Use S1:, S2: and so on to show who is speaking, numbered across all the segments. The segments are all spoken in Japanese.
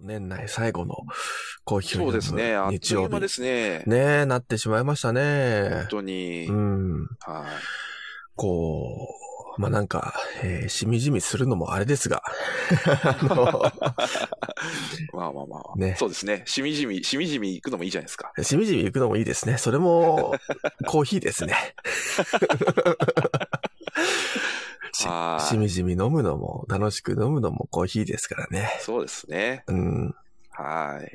S1: 年内最後の公表
S2: そうですね。あっ
S1: 日
S2: とい
S1: 曜
S2: う
S1: 日
S2: 間ですね。
S1: ねえ、なってしまいましたね
S2: 本。当に。
S1: うん。
S2: はい。
S1: こう、まあ、なんか、えーしみじみするのもあれです が、あの、
S2: まあまあまあ。
S1: ね
S2: そうですね。しみじみ、しみじみ行くのもいいじゃないですか。
S1: しみじみ行くのもいいですね。それも、コーヒーですね。し
S2: は
S1: し
S2: い。
S1: みじみ飲むのも、楽しく飲むのもコーヒーですからね。
S2: そうですね。
S1: うん。
S2: はい。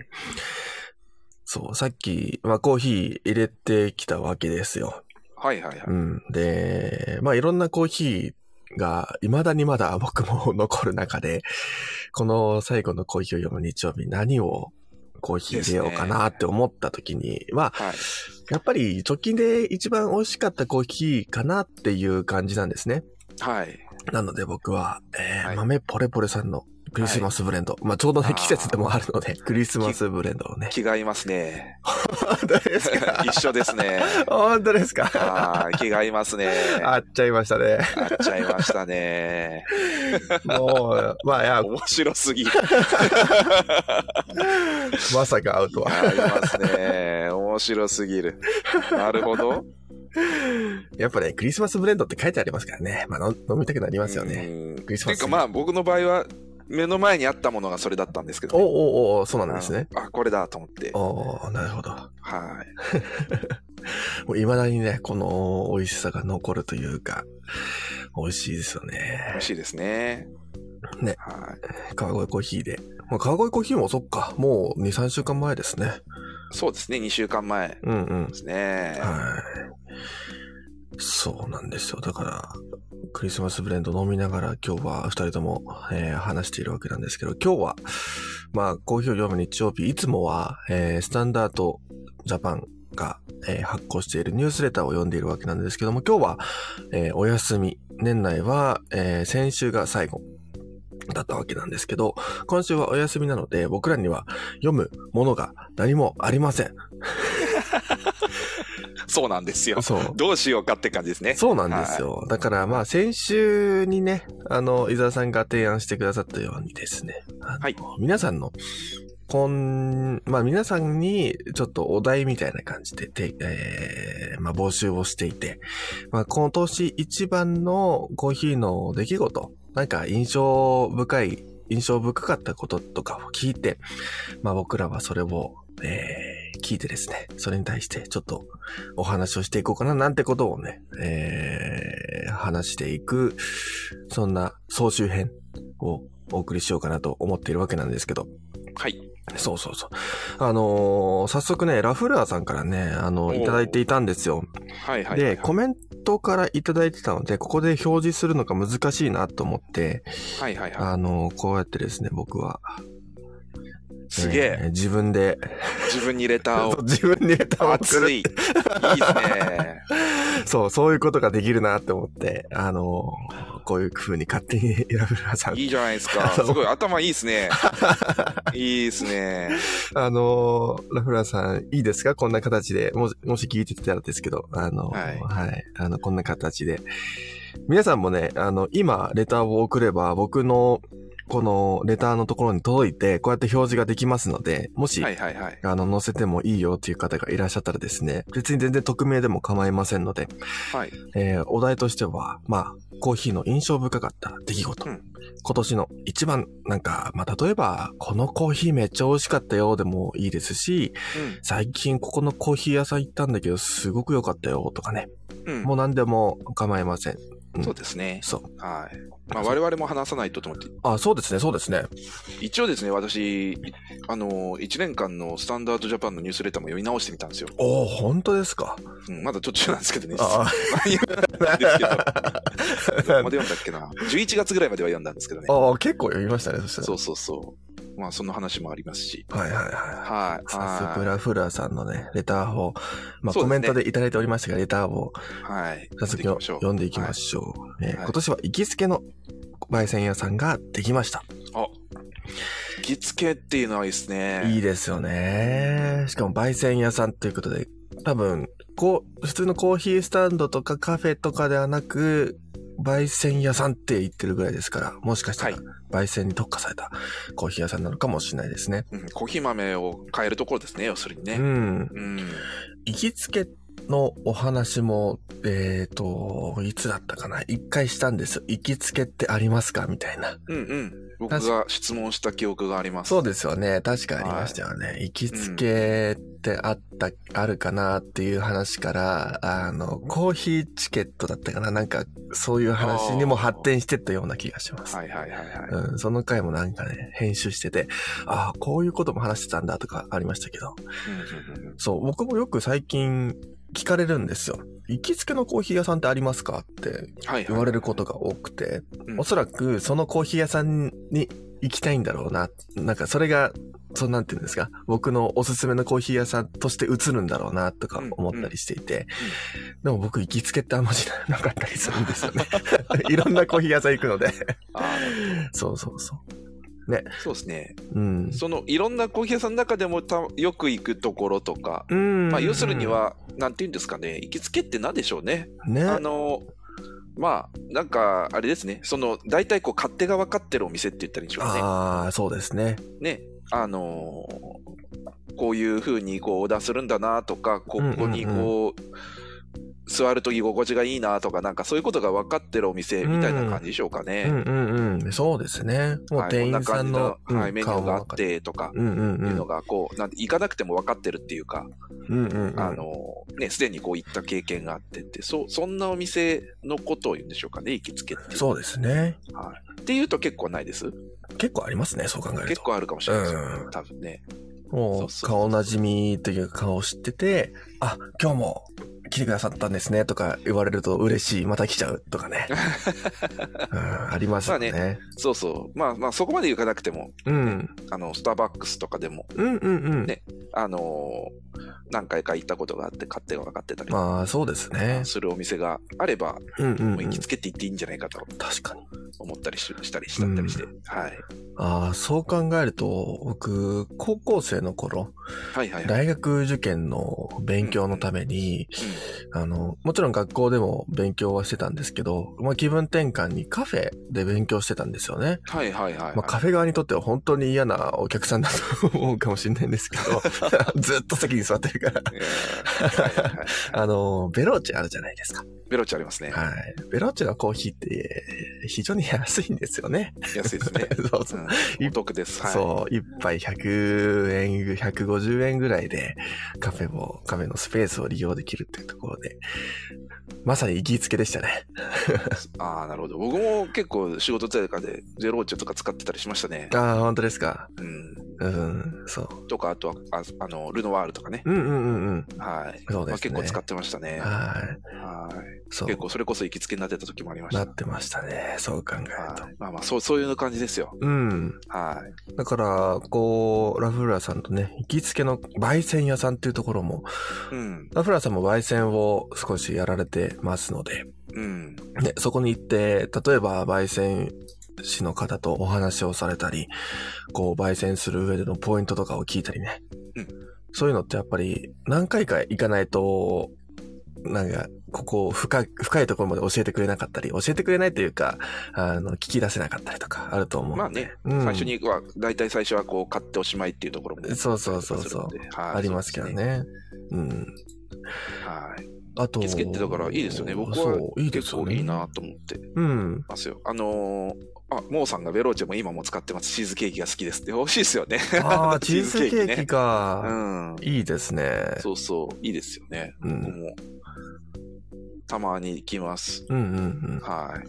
S1: そう、さっき、まあ、コーヒー入れてきたわけですよ。
S2: はいはいはい。
S1: うん。で、まあ、いろんなコーヒーが、未だにまだ 僕も残る中で、この最後のコーヒーを読む日曜日、何をコーヒー入れようかなって思った時に、まあ、
S2: はい。
S1: やっぱり直近で一番美味しかったコーヒーかなっていう感じなんですね。
S2: はい。
S1: なので僕は、えー
S2: はい
S1: 豆ポレポレさんのクリスマスブレンド。まあちょうど
S2: あ
S1: ね、
S2: ー
S1: 季節でもあるので、クリスマスブレンドをね。
S2: 気が合いま すね。
S1: 本当ですか
S2: 一緒です ね。
S1: 本当ですか
S2: はい。気が合いますね。
S1: あっちゃいましたね。
S2: 合っちゃいましたね。
S1: もう、まあいや、
S2: 面白すぎる。
S1: まさか会うとは。
S2: 合いますね。面白すぎる。なるほど。
S1: やっぱね、クリスマスブレンドって書いてありますからね。まあ飲飲みたくなりますよね。
S2: うん
S1: クリス
S2: て
S1: マ
S2: いう
S1: ス。
S2: かまあ僕の場合は目の前にあったものがそれだったんですけど
S1: おう
S2: ね、
S1: おうおうそうなんですね。
S2: あの。あ、これだと思って。
S1: おーなるほど。
S2: はい。
S1: もう未だにね、この美味しさが残るというか、美味しいですよ
S2: 美
S1: ね。
S2: 味しいですね。
S1: ね
S2: はい。
S1: 川越コーヒーで。まあ、川越コーヒーもそっか、もう2、3週間前ですね。
S2: そうですね、2週間前で
S1: うんうん。
S2: すね。
S1: はい。そうなんですよ。だから、クリスマスブレンド飲みながら今日は2人とも、えー話しているわけなんですけど、今日は、まあ、コーヒーを読む日曜日、いつもは、えースタンダードジャパンが、えー発行しているニュースレターを読んでいるわけなんですけども、今日は、えーお休み。年内は、えー先週が最後。だったわけなんですけど、今週はお休みなので、僕らには読むものが何もありません。
S2: そうなんですよ。
S1: そう。
S2: どうしようかって感じですね。
S1: そうなんですよ。だからまあ先週にね、あの、伊沢さんが提案してくださったようにですね、あの
S2: はい
S1: 皆さんの、こん、まあ皆さんにちょっとお題みたいな感じで、てえー、まあ募集をしていて、まあ今年一番のコーヒーの出来事、なんか印象深い、印象深かったこととかを聞いて、まあ僕らはそれを、えー聞いてですね、それに対してちょっとお話をしていこうかななんてことをね、えー、話していく、そんな総集編をお送りしようかなと思っているわけなんですけど。
S2: はい。
S1: そうそうそう。あのー早速ね、ラフラーさんからね、あの、
S2: おー
S1: いただいていたんですよ。
S2: はいはいはい、
S1: で、コメントからいただいてたので、ここで表示するのが難しいなと思って、
S2: はいはいは
S1: あのーこうやってですね、僕は、
S2: い。すげえ。
S1: ー自分で、
S2: 自分にレター を。
S1: 自分にレターを作る
S2: 熱い。い いですね。
S1: そう、そういうことができるなって思って、あのーこういう風に勝手にラブラーさん、
S2: いいじゃないですか。すごい頭いいで すね。いいですね。
S1: あのーラフラーさん、いいですかこんな形で、もし、もし聞いてたらですけど、あのーはい、あの、こんな形で。皆さんもね、あの、今、レターを送れば、僕の、この、レターのところに届いて、こうやって表示ができますので、もし、
S2: はいはいはい。
S1: あの、載せてもいいよっていう方がいらっしゃったらですね、別に全然匿名でも構いませんので、
S2: はい。
S1: えーお題としては、まあ、コーヒーの印象深かった出来事。
S2: うん
S1: 今年の一番、なんか、まあ、例えば、このコーヒーめっちゃ美味しかったよでもいいですし、最近ここのコーヒー屋さん行ったんだけど、すごく良かったよとかね。
S2: うん。うん
S1: もう何でも構いません。
S2: そうですね。
S1: そう。
S2: はい。まあ、我々も話さないとと思って、
S1: あ、そうですね、そうですね。
S2: 一応ですね、私、あの、1年間のスタンダードジャパンのニュースレターも読み直してみたんですよ。
S1: おー、本当ですか。
S2: うん、まだ途中なんですけどね。
S1: あ
S2: 実 はですけど。まで読んだっけな。11月ぐらいまでは読んだんですけどね
S1: あ。ー、結構読みましたね、そしたら。
S2: そうそうそう。まあ、その話もありますし。
S1: はいはいはい。
S2: はい。
S1: 早速、
S2: は
S1: ラフラーさんのね、レターを、まあ、
S2: そう
S1: コ
S2: で
S1: メ
S2: すね
S1: ントでいただいておりましたが、レターを
S2: い。はい。
S1: 早速
S2: やっ
S1: よ
S2: ていきましょう
S1: 読んでいきましょう。えー
S2: はい
S1: 今年は行きつけの焙煎屋さんができました。
S2: あ、着付けっていうのはいいですね。
S1: いいですよね。しかも焙煎屋さんということで、多分、こう、普通のコーヒースタンドとかカフェとかではなく、焙煎屋さんって言ってるぐらいですから、もしかしたら
S2: は
S1: 焙煎に特化されたコーヒー屋さんなのかもしれないですね。
S2: うん、コーヒー豆を変えるところですね、要するに
S1: う
S2: ね。
S1: ん。
S2: うん。
S1: 行きつけのお話も、えっ、と、いつだったかな一回したんです。行きつけってありますかみたいな。
S2: うんうん。僕が質問した記憶があります。
S1: そうですよね。確かありましたよね。行きつけってあった、あるかなっていう話から、あの、コーヒーチケットだったかななんか、そういう話にも発展してったような気がします。
S2: はいはいはいはい。
S1: うん、その回もなんかね、編集してて、ああ、こういうことも話してたんだとかありましたけど、
S2: うんうんうんうん
S1: そう、僕もよく最近聞かれるんですよ。行きつけのコーヒー屋さんってありますかって
S2: はい
S1: 言われることが多くて、
S2: うん
S1: おそらくそのコーヒー屋さんに行きたいんだろうな。なんかそれが、そうなんていうんですか、僕のおすすめのコーヒー屋さんとして映るんだろうなとか思ったりしていて、でも僕行きつけってあんまりなかったりするんですよ ね。いろんなコーヒー屋さん行くので。
S2: あ
S1: そうそうそう。
S2: ーそうですね。
S1: うん。
S2: そのいろんなコーヒー屋さんの中でもたよく行くところとか、
S1: うん
S2: まあ、要するに、は、なんていうんですかね、行きつけってなんでしょうね。
S1: ね、
S2: あのまあなんかあれですねその大体こう勝手が分かってるお店って言ったらいいんでしょうかね
S1: ああ、そうですね。
S2: ねあのーこういう風にこうオーダーするんだなとかこ
S1: うんうんうん
S2: ここにこう,、座ると居心地がいいなとかなんかそういうことが分かってるお店みたいな感じでしょうか
S1: う
S2: ね、
S1: んうんうん。そうですね。もう
S2: はい、
S1: 店
S2: こんな
S1: 員さ
S2: 感
S1: ん
S2: じ
S1: の
S2: の、、
S1: うん
S2: はい、メニューがあ
S1: 顔も
S2: っ。てとか
S1: うんうん
S2: いううんの。がこうなんて行かなくても分かってるっていうか
S1: うんうんうん、
S2: あのねすでにこう行った経験があってってそそんなお店のことを言うんでしょうかね行きつけっていう
S1: そうですね。
S2: はい、っていうと結構ないです
S1: 結構ありますね、そう考える
S2: 結
S1: と。
S2: 構あるかもしれないですよ、
S1: うん
S2: 多分ね
S1: も
S2: そううそう
S1: 顔なじみというか顔知ってて、あ、今日も来てくださったんですねとか言われると嬉しい、また来ちゃうとか ね。うん、ありますよね。
S2: まそうそうまあまあそこまで行かなくても
S1: うん。
S2: あのスターバックスとかでも
S1: うんうんうん。
S2: ねあのー何回か行ったことがあって勝手が分かってたり
S1: まあ、そうですね。
S2: するお店があれば、
S1: うんうん、
S2: も
S1: う
S2: うん行き。つけって言っていいんじゃないかと
S1: 確かに。
S2: 思ったりししたりしたったりして、はい、
S1: ああ、そう考えると、僕、高校生の頃、
S2: はいはいはい
S1: 大学受験の勉強のために、あの、もちろん学校でも勉強はしてたんですけど、まあ気分転換にカフェで勉強してたんですよね。
S2: はいはいはい、
S1: まあカフェ側にとっては本当に嫌なお客さんだと思うかもしれないんですけ ど、ずっと席に座ってるから。
S2: えー はいはいはい
S1: あの、ベローチェあるじゃないですか。
S2: ベロチありますね
S1: はい。ベローチェのコーヒーってえー非常に安いんですよね。
S2: 安いですね
S1: そうそう。
S2: うん、お得ですはい
S1: そう、一杯100円、150円ぐらいで、カフェも、カフェのスペースを利用できるっていうところで、まさに行きつけでしたね。
S2: ああなるほど僕も結構仕事在かでゼローチェとか使ってたりしましたね、
S1: ああ、本当ですか。
S2: うん、
S1: うん、そう。
S2: とか、あとは、ああの、ルノワールとかね。
S1: うんうんうんうん。
S2: はい。
S1: そう
S2: ま
S1: で
S2: あ、
S1: すね。
S2: 結構使ってましたね。は
S1: はい。
S2: い。
S1: そう
S2: 結。構、それこそ行きつけになってた時もありまし
S1: な
S2: た。
S1: ってましたね。そう考えると
S2: は。い、まあまあ、そう、そういう感じですよ。
S1: うん。
S2: は
S1: だから、こう、ラフラーさんとね、行きつけの焙煎屋さんっていうところも、
S2: い。うん。
S1: ラフラーさんも焙煎を少しやられてますので、
S2: うん。
S1: ね、そこに行って、例えば、焙煎師の方とお話をされたり、こう、焙煎する上でのポイントとかを聞いたりね。
S2: うん
S1: そういうのってやっぱり、何回か行かないと、なんか、ここ、深い、深いところまで教えてくれなかったり、教えてくれないというか、あの、聞き出せなかったりとか、あると思う。
S2: まあね、
S1: うん
S2: 最初には、大体最初はこう、買っておしまいっていうところも。
S1: そうそうそうそう
S2: するんではい
S1: ありますけど。ね。うん。
S2: そうですねはい。
S1: あと、
S2: 行きつけってだからいいですよね僕は
S1: そういいです
S2: 結
S1: よ
S2: 構
S1: ね。
S2: いいなと思って
S1: うん。
S2: ますよ。あのーあ、モーさんがベローチェも今も使ってます。チーズケーキが好きですって。美味しいですよね。
S1: ああ、チーズケーキ
S2: ね。
S1: か。
S2: うん。
S1: いいですね。
S2: そうそう。いいですよね。
S1: う
S2: 僕
S1: ん。
S2: もたまに行きます。
S1: うんうんうん。
S2: はい。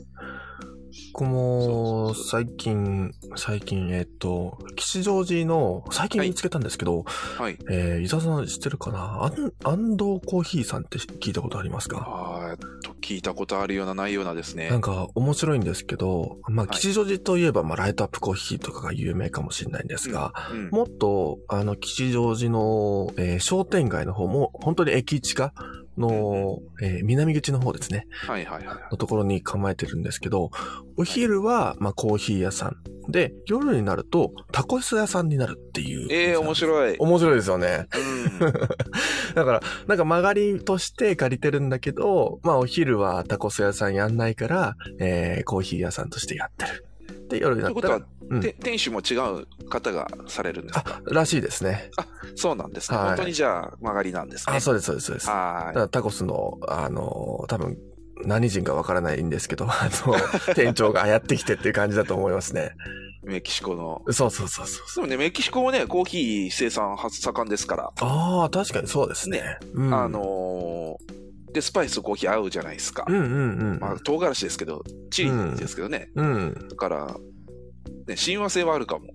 S1: 僕
S2: そ
S1: も
S2: うそうそう
S1: 最近、最近、えっと、吉祥寺の、最近
S2: はい
S1: 見つけたんですけど、
S2: はい。
S1: えー、伊沢さん知ってるかな安安藤コーヒーさんって聞いたことありますか
S2: あーえっと、聞いたことあるような、ないようなですね
S1: な。んか面白いんですけど、まあ、
S2: はい
S1: 吉祥寺といえば、まあ、ライトアップコーヒーとかが有名かもしれないんですが、
S2: うん
S1: もっと、あの、吉祥寺の、えー商店街の方も、本当に駅近の、えー南口の方ですね、
S2: はいはいはい。
S1: のところに構えてるんですけど、お昼は、まあ、コーヒー屋さん。で、夜になると、タコス屋さんになるっていう。
S2: ええー、面
S1: い。
S2: 白い。
S1: 面白いですよね。
S2: うん。
S1: だから、なんか曲がりとして借りてるんだけど、まあお昼はタコス屋さんやんないから、えー、コーヒー屋さんとしてやってる。で、夜にな
S2: という
S1: っ
S2: こ
S1: た
S2: と
S1: ら、
S2: は、
S1: うん
S2: て店主も違う方がされるんですか
S1: らしいですね。
S2: そうなんですね。
S1: はい
S2: 本当にじゃあ曲がりなんですね。
S1: あ、そうです、そうです、そうです。だか
S2: はーい。
S1: らタコスの、あのー多分、何人かわからないんですけど、あの、店長がやってきてっていう感じだと思いますね。
S2: メキシコの。
S1: そうそうそうそう。
S2: そうね、メキシコもね、コーヒー生産は盛んですから、
S1: ああ、確かにそうですね。うん、
S2: あ、のーで、スパイスとコーヒー合うじゃないですか。
S1: うんうんうん。
S2: まあ、唐辛子ですけど、チリですけどね。
S1: うん、
S2: だから、ね、親和性はあるかも。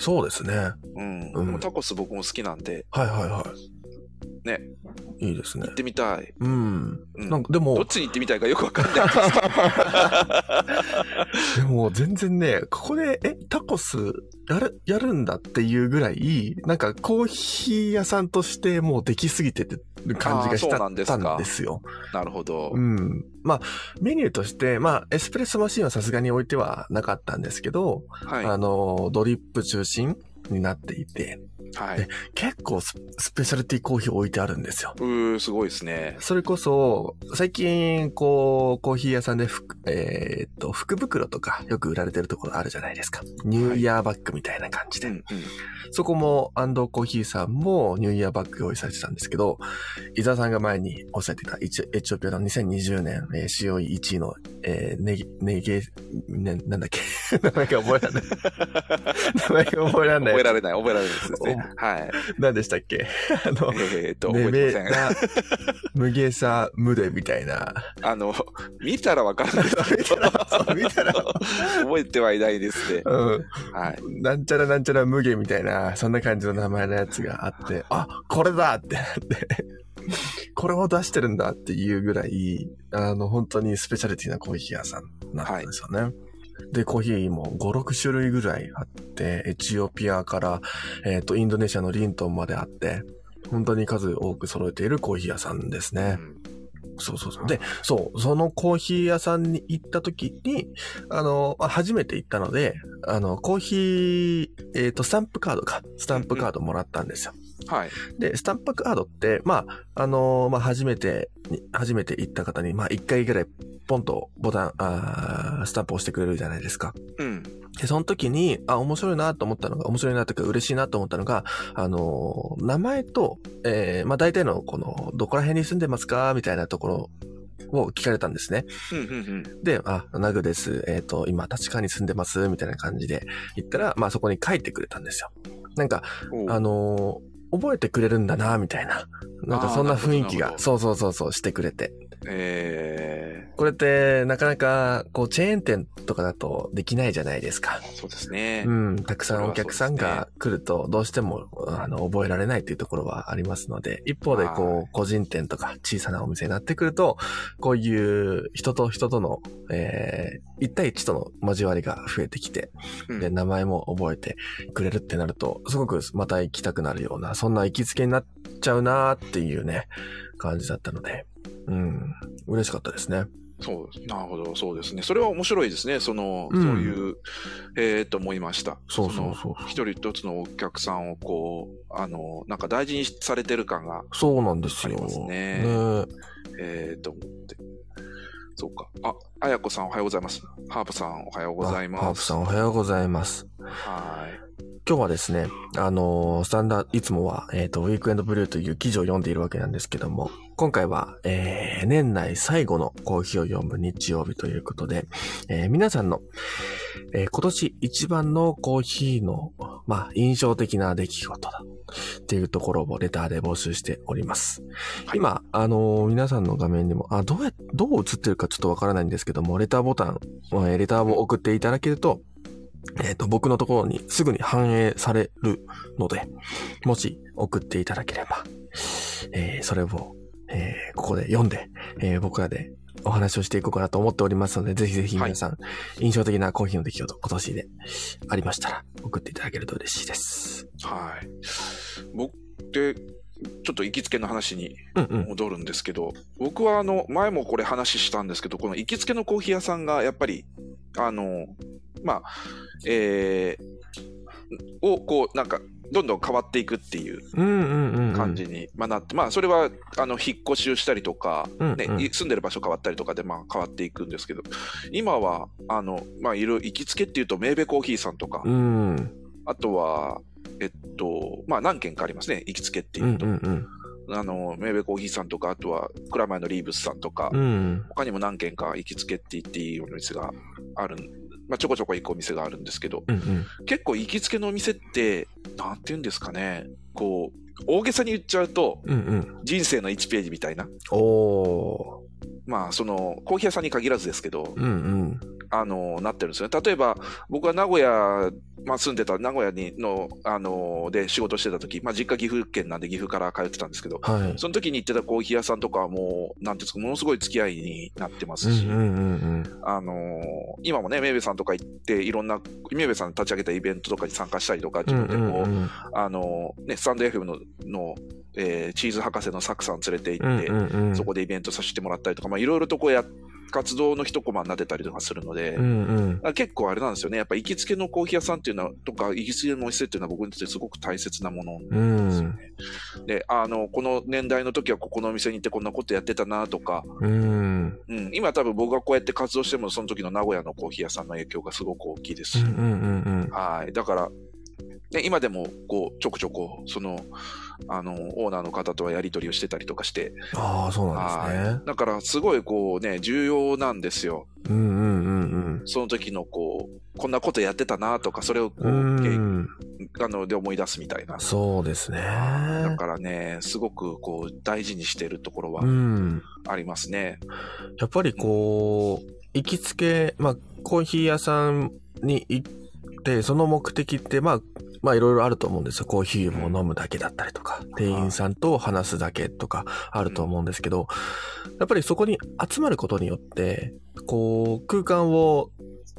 S1: そうですね。はい
S2: うん。
S1: うん
S2: でもタコス僕も好きなんで、
S1: はいはい。
S2: ね、
S1: いいですね
S2: 行っ。てみたい。
S1: うん。
S2: うん
S1: なんか、でも、
S2: どっちに行ってみたいかよくわかん ないんですけど
S1: でも全然ね、ここで、え、タコスやる、やるんだっていうぐらい、なんかコーヒー屋さんとしてもうできすぎてて感じがし
S2: あーそう
S1: た
S2: なんですか
S1: たんですよ。
S2: なるほど。
S1: うん。まあ、メニューとして、まあ、エスプレッソマシンはさすがに置いてはなかったんですけど、
S2: はい。
S1: あの、ドリップ中心になっていて、
S2: はい。
S1: 結構ススペシャルティコーヒー置いてあるんですよ。
S2: うー、すごいですね。
S1: それこそ、最近、こう、コーヒー屋さんでふく、えーっと、福袋とかよく売られてるところあるじゃないですか。ニューイヤーバッグみたいな感じ
S2: う
S1: で。
S2: んうん。
S1: そこも、アンドコーヒーさんもニューイヤーバッグ用意されてたんですけど、伊沢さんが前におっしゃってた、エチエチオピアの2020年、えー、COE1 位の、えー、ネギ、ネゲ、ね、なんだっけ 名前が覚えられ ない。名前が覚えられな
S2: 覚え
S1: い。
S2: られない、覚えられないですね。はい。
S1: 何でしたっけ あの、
S2: えーっと、覚
S1: ネ
S2: えて
S1: ベ
S2: ません。
S1: な、無ゲサ、無でみたいな。
S2: あの、見たらわかるんですけど、
S1: そう 見たら
S2: 覚えてはいないですね。
S1: う
S2: はい。
S1: ん。なんちゃらなんちゃら無限みたいな、そんな感じの名前のやつがあって、あ、これだってなって、これを出してるんだっていうぐらい、あの、本当にスペシャリティなコーヒー屋さんだったんですよね。で、コーヒーも5、6種類ぐらいあって、エチオピアから、えっ、と、インドネシアのリントンまであって、本当に数多く揃えているコーヒー屋さんですね。
S2: うん
S1: そうそうそう。で、そう、そのコーヒー屋さんに行った時に、あの、まあ初めて行ったので、あの、コーヒー、えっ、と、スタンプカードか。スタンプカードもらったんですよ。
S2: はい。
S1: で、スタンプカードって、まあ、あのまあ、初めてに、初めて行った方に、まあ、1回ぐらい、ポンとボタン、あースタンプを押してくれるじゃないですか。
S2: うん。
S1: で、その時に、あ、面白いなと思ったのが、面白いなというか嬉しいなと思ったのが、あのー名前と、えーまあ大体のこの、どこら辺に住んでますかみたいなところを聞かれたんですね。
S2: うんうんうん。
S1: で、あ、ナグです。えっ、と、今、立川に住んでます。みたいな感じで言ったら、まあそこに書いてくれたんですよ。なんか、
S2: おう
S1: あのー覚えてくれるんだな、みたいな。なんかそんな雰囲気
S2: あーなるほどなるほ
S1: が、
S2: ど
S1: そうそうそうそう、してくれて。
S2: え
S1: これって、なかなか、こう、チェーン店とかだとできないじゃないですか。
S2: ー、そうですね。
S1: うん、たくさんお客さん
S2: それは
S1: が来ると、どうしても、あの、覚えられないというところはありますので、一方で、
S2: は
S1: こう、個人店とか小さなお店になってくると、こういう人と人との、えー、一対一との交わりが増えてきて、
S2: うん
S1: で、名前も覚えてくれるってなると、すごくまた行きたくなるような、そんな行きつけになっちゃうなーっていうね、感じだったので、うん、嬉しかったですね。
S2: そう、なるほど、そうですね。それは面白いですね。その、
S1: うん
S2: そういう、えー、と思いました。
S1: そうそう
S2: の
S1: そう。
S2: 一人一つのお客さんをこう、あの、なんか大事にされてる感が、
S1: そうなんですよ。
S2: ありますね
S1: ね
S2: えー、と思って。そうか。あ、あやこさんおはようございます。ハープさんおはようござい
S1: あハ
S2: ま
S1: ープ
S2: す。
S1: さんおはようございます。
S2: はい。
S1: 今日はですね、あのースタンダーいつもは、えっ、と、ウィークエンドブルーという記事を読んでいるわけなんですけども、今回は、えー、年内最後のコーヒーを読む日曜日ということで、えー皆さんの、えー今年一番のコーヒーの、まあ、印象的な出来事だ、っていうところをレターで募集しております。
S2: はい
S1: 今、あのー皆さんの画面にも、あ、どうや、どう映ってるかちょっとわからないんですけども、レターボタン、えーレターを送っていただけると、えっ、と、僕のところにすぐに反映されるので、もし送っていただければ、えーそれを、えーここで読んで、えー僕らでお話をしていこうかなと思っておりますので、ぜひぜひ皆さん、印象的なコーヒーの出来事、今年でありましたら、送っていただけると嬉しいです。
S2: はい。僕って、ちょっと行きつけの話に
S1: うんうん。
S2: 戻るんですけど、僕はあの、前もこれ話したんですけど、この行きつけのコーヒー屋さんが、やっぱり、あの、まあ、えー、をこう、なんか、どんどん変わっていくっていう
S1: うんうんうんうん。
S2: 感じに、まあ、なって、まあ、それは、あの、引っ越しをしたりとか、
S1: うんうん。
S2: ね、い住んでる場所変わったりとかで、まあ、変わっていくんですけど、今は、あの、まあ、いろいろ行きつけっていうと、メーベコーヒーさんとか
S1: う、ん。うん
S2: あとは、えっと、まあ、何軒かありますね、行きつけって
S1: う
S2: いうんと。
S1: うん。
S2: あの、メーベコーヒーさんとか、あとは、クラマイのリーブスさんとか、
S1: うん。
S2: 他にも何軒か行きつけって言っていいお店がある、まあ、ちょこちょこ行くお店があるんですけど、
S1: うんうん。
S2: 結構行きつけのお店って、なんて言うんですかね、こう、大げさに言っちゃうと、
S1: うんうん。
S2: 人生の1ページみたいな、
S1: おー。
S2: まあ、その、コーヒー屋さんに限らずですけど、
S1: うんうん。
S2: あの、なってるんですよね。例えば、僕は名古屋、まあ、住んでた名古屋にの、あの、で仕事してた時、まあ、実家岐阜県なんで岐阜から通ってたんですけど、
S1: はい。
S2: その時に行ってたコーヒー屋さんとかはもう、なんていうんですか、ものすごい付き合いになってま
S1: う
S2: すし、
S1: んうんうん
S2: あのー今もね、メイベさんとか行って、いろんな、メイベさんの立ち上げたイベントとかに参加したりとか、
S1: う
S2: 自
S1: ん。
S2: 分でこう、
S1: うん
S2: あのーね、スタンド FM のの、えーチーズ博士のサクさん連れて行って、
S1: うんうんうん。
S2: そこでイベントさせてもらったりとか、まあ、いろいろとこうや、活動の一コマになってたりとかするので、
S1: うんうん。
S2: あ結構あれなんですよね。やっぱ行きつけのコーヒー屋さんっていうのは、とか、行きつけのお店っていうのは僕にとってすごく大切なもの
S1: う
S2: ですよ
S1: ん。
S2: ね。で、あの、この年代の時はここのお店に行ってこんなことやってたなとか、
S1: うん。
S2: うん、今多分僕がこうやって活動しても、その時の名古屋のコーヒー屋さんの影響がすごく大きいです
S1: うん
S2: し、
S1: うんうんうん。
S2: はい。だから、ね、今でも、こう、ちょくちょく、その、あの、オーナーの方とはやり取りをしてたりとかして、
S1: ああ、そうなん
S2: は
S1: で
S2: い。だから、すごい、こうね、重要なんですよ。
S1: すね。うんうんうん
S2: その時の、こう、こんなことやってたなとか、それを、こ
S1: う
S2: う、
S1: ん。
S2: け
S1: うん。
S2: あの、で思い出すみたいな。
S1: そうですね。
S2: だからね、すごく、こう、大事にしてるところは
S1: うん。
S2: ありますね。
S1: やっぱりこう、行きつけ、まあ、コーヒー屋さんに行って、その目的って、まあ、まあ、いろいろあると思うんですよ。コーヒーを飲むだけだったりとか、店員さんと話すだけとかあると思うんですけど、やっぱりそこに集まることによって、こう、空間を、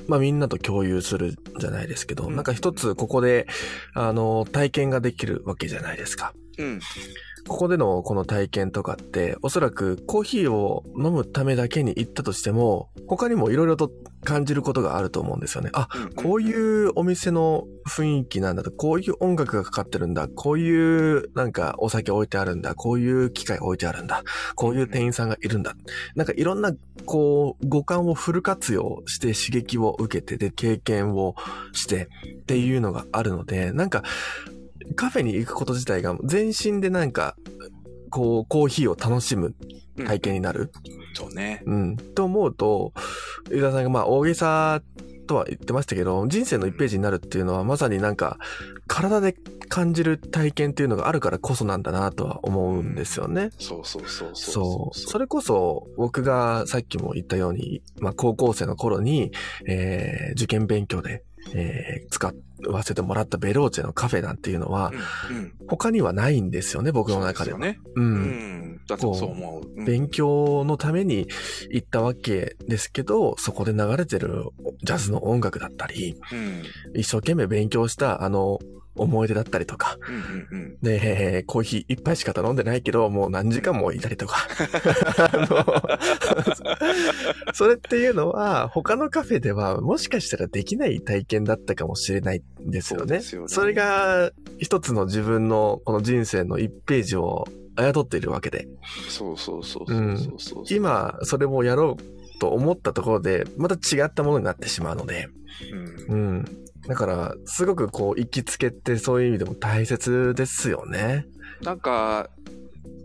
S1: まあみんなと共有するじゃないですけど、
S2: うん
S1: なんか一つここで、あの、体験ができるわけじゃないですか。
S2: うん。
S1: ここでのこの体験とかって、おそらくコーヒーを飲むためだけに行ったとしても、他にもいろいろと感じることがあると思うんですよね。あ、
S2: うん
S1: こういうお店の雰囲気なんだと、こういう音楽がかかってるんだ、こういうなんかお酒置いてあるんだ、こういう機械置いてあるんだ、こういう店員さんがいるんだ。なんかいろんなこう五感をフル活用して刺激を受けて、で経験をしてっていうのがあるので、なんかカフェに行くこと自体が全身でなんかこうコーヒーを楽しむ体験になる。
S2: そうね。
S1: うん。と思うと、伊沢さんがまあ大げさとは言ってましたけど、人生の1ページになるっていうのはまさになんか体で感じる体験っていうのがあるからこそなんだなとは思うんですよね。
S2: そうそうそう
S1: そう。
S2: そう
S1: それこそ僕がさっきも言ったように、まあ高校生の頃に、えー受験勉強で、えー使わせてもらったベローチェのカフェなんていうのは
S2: うんうん
S1: 他にはないんですよね、僕の中では。
S2: そうすよね。
S1: う。
S2: うんん。だってそう思う。うん
S1: 勉強のために行ったわけですけど、そこで流れてるジャズの音楽だったり、
S2: うん。
S1: 一生懸命勉強したあの思い出だったりとか、
S2: うんうんうん。
S1: で、えーコーヒー一杯しか頼んでないけど、もう何時間もいたりと か。あのそれっていうのは、他のカフェではもしかしたらできない体験だったかもしれないんですよ
S2: そう
S1: ね。
S2: ですよね
S1: それが一つの自分のこの人生の一ページを操っているわけで。
S2: そうそうそうそうそうそう。
S1: 今それもやろうと思ったところでまた違ったものになってしまうので、う
S2: うん、
S1: ん、だからすごくこう行きつけってそういう意味でも大切ですよね。
S2: なんか、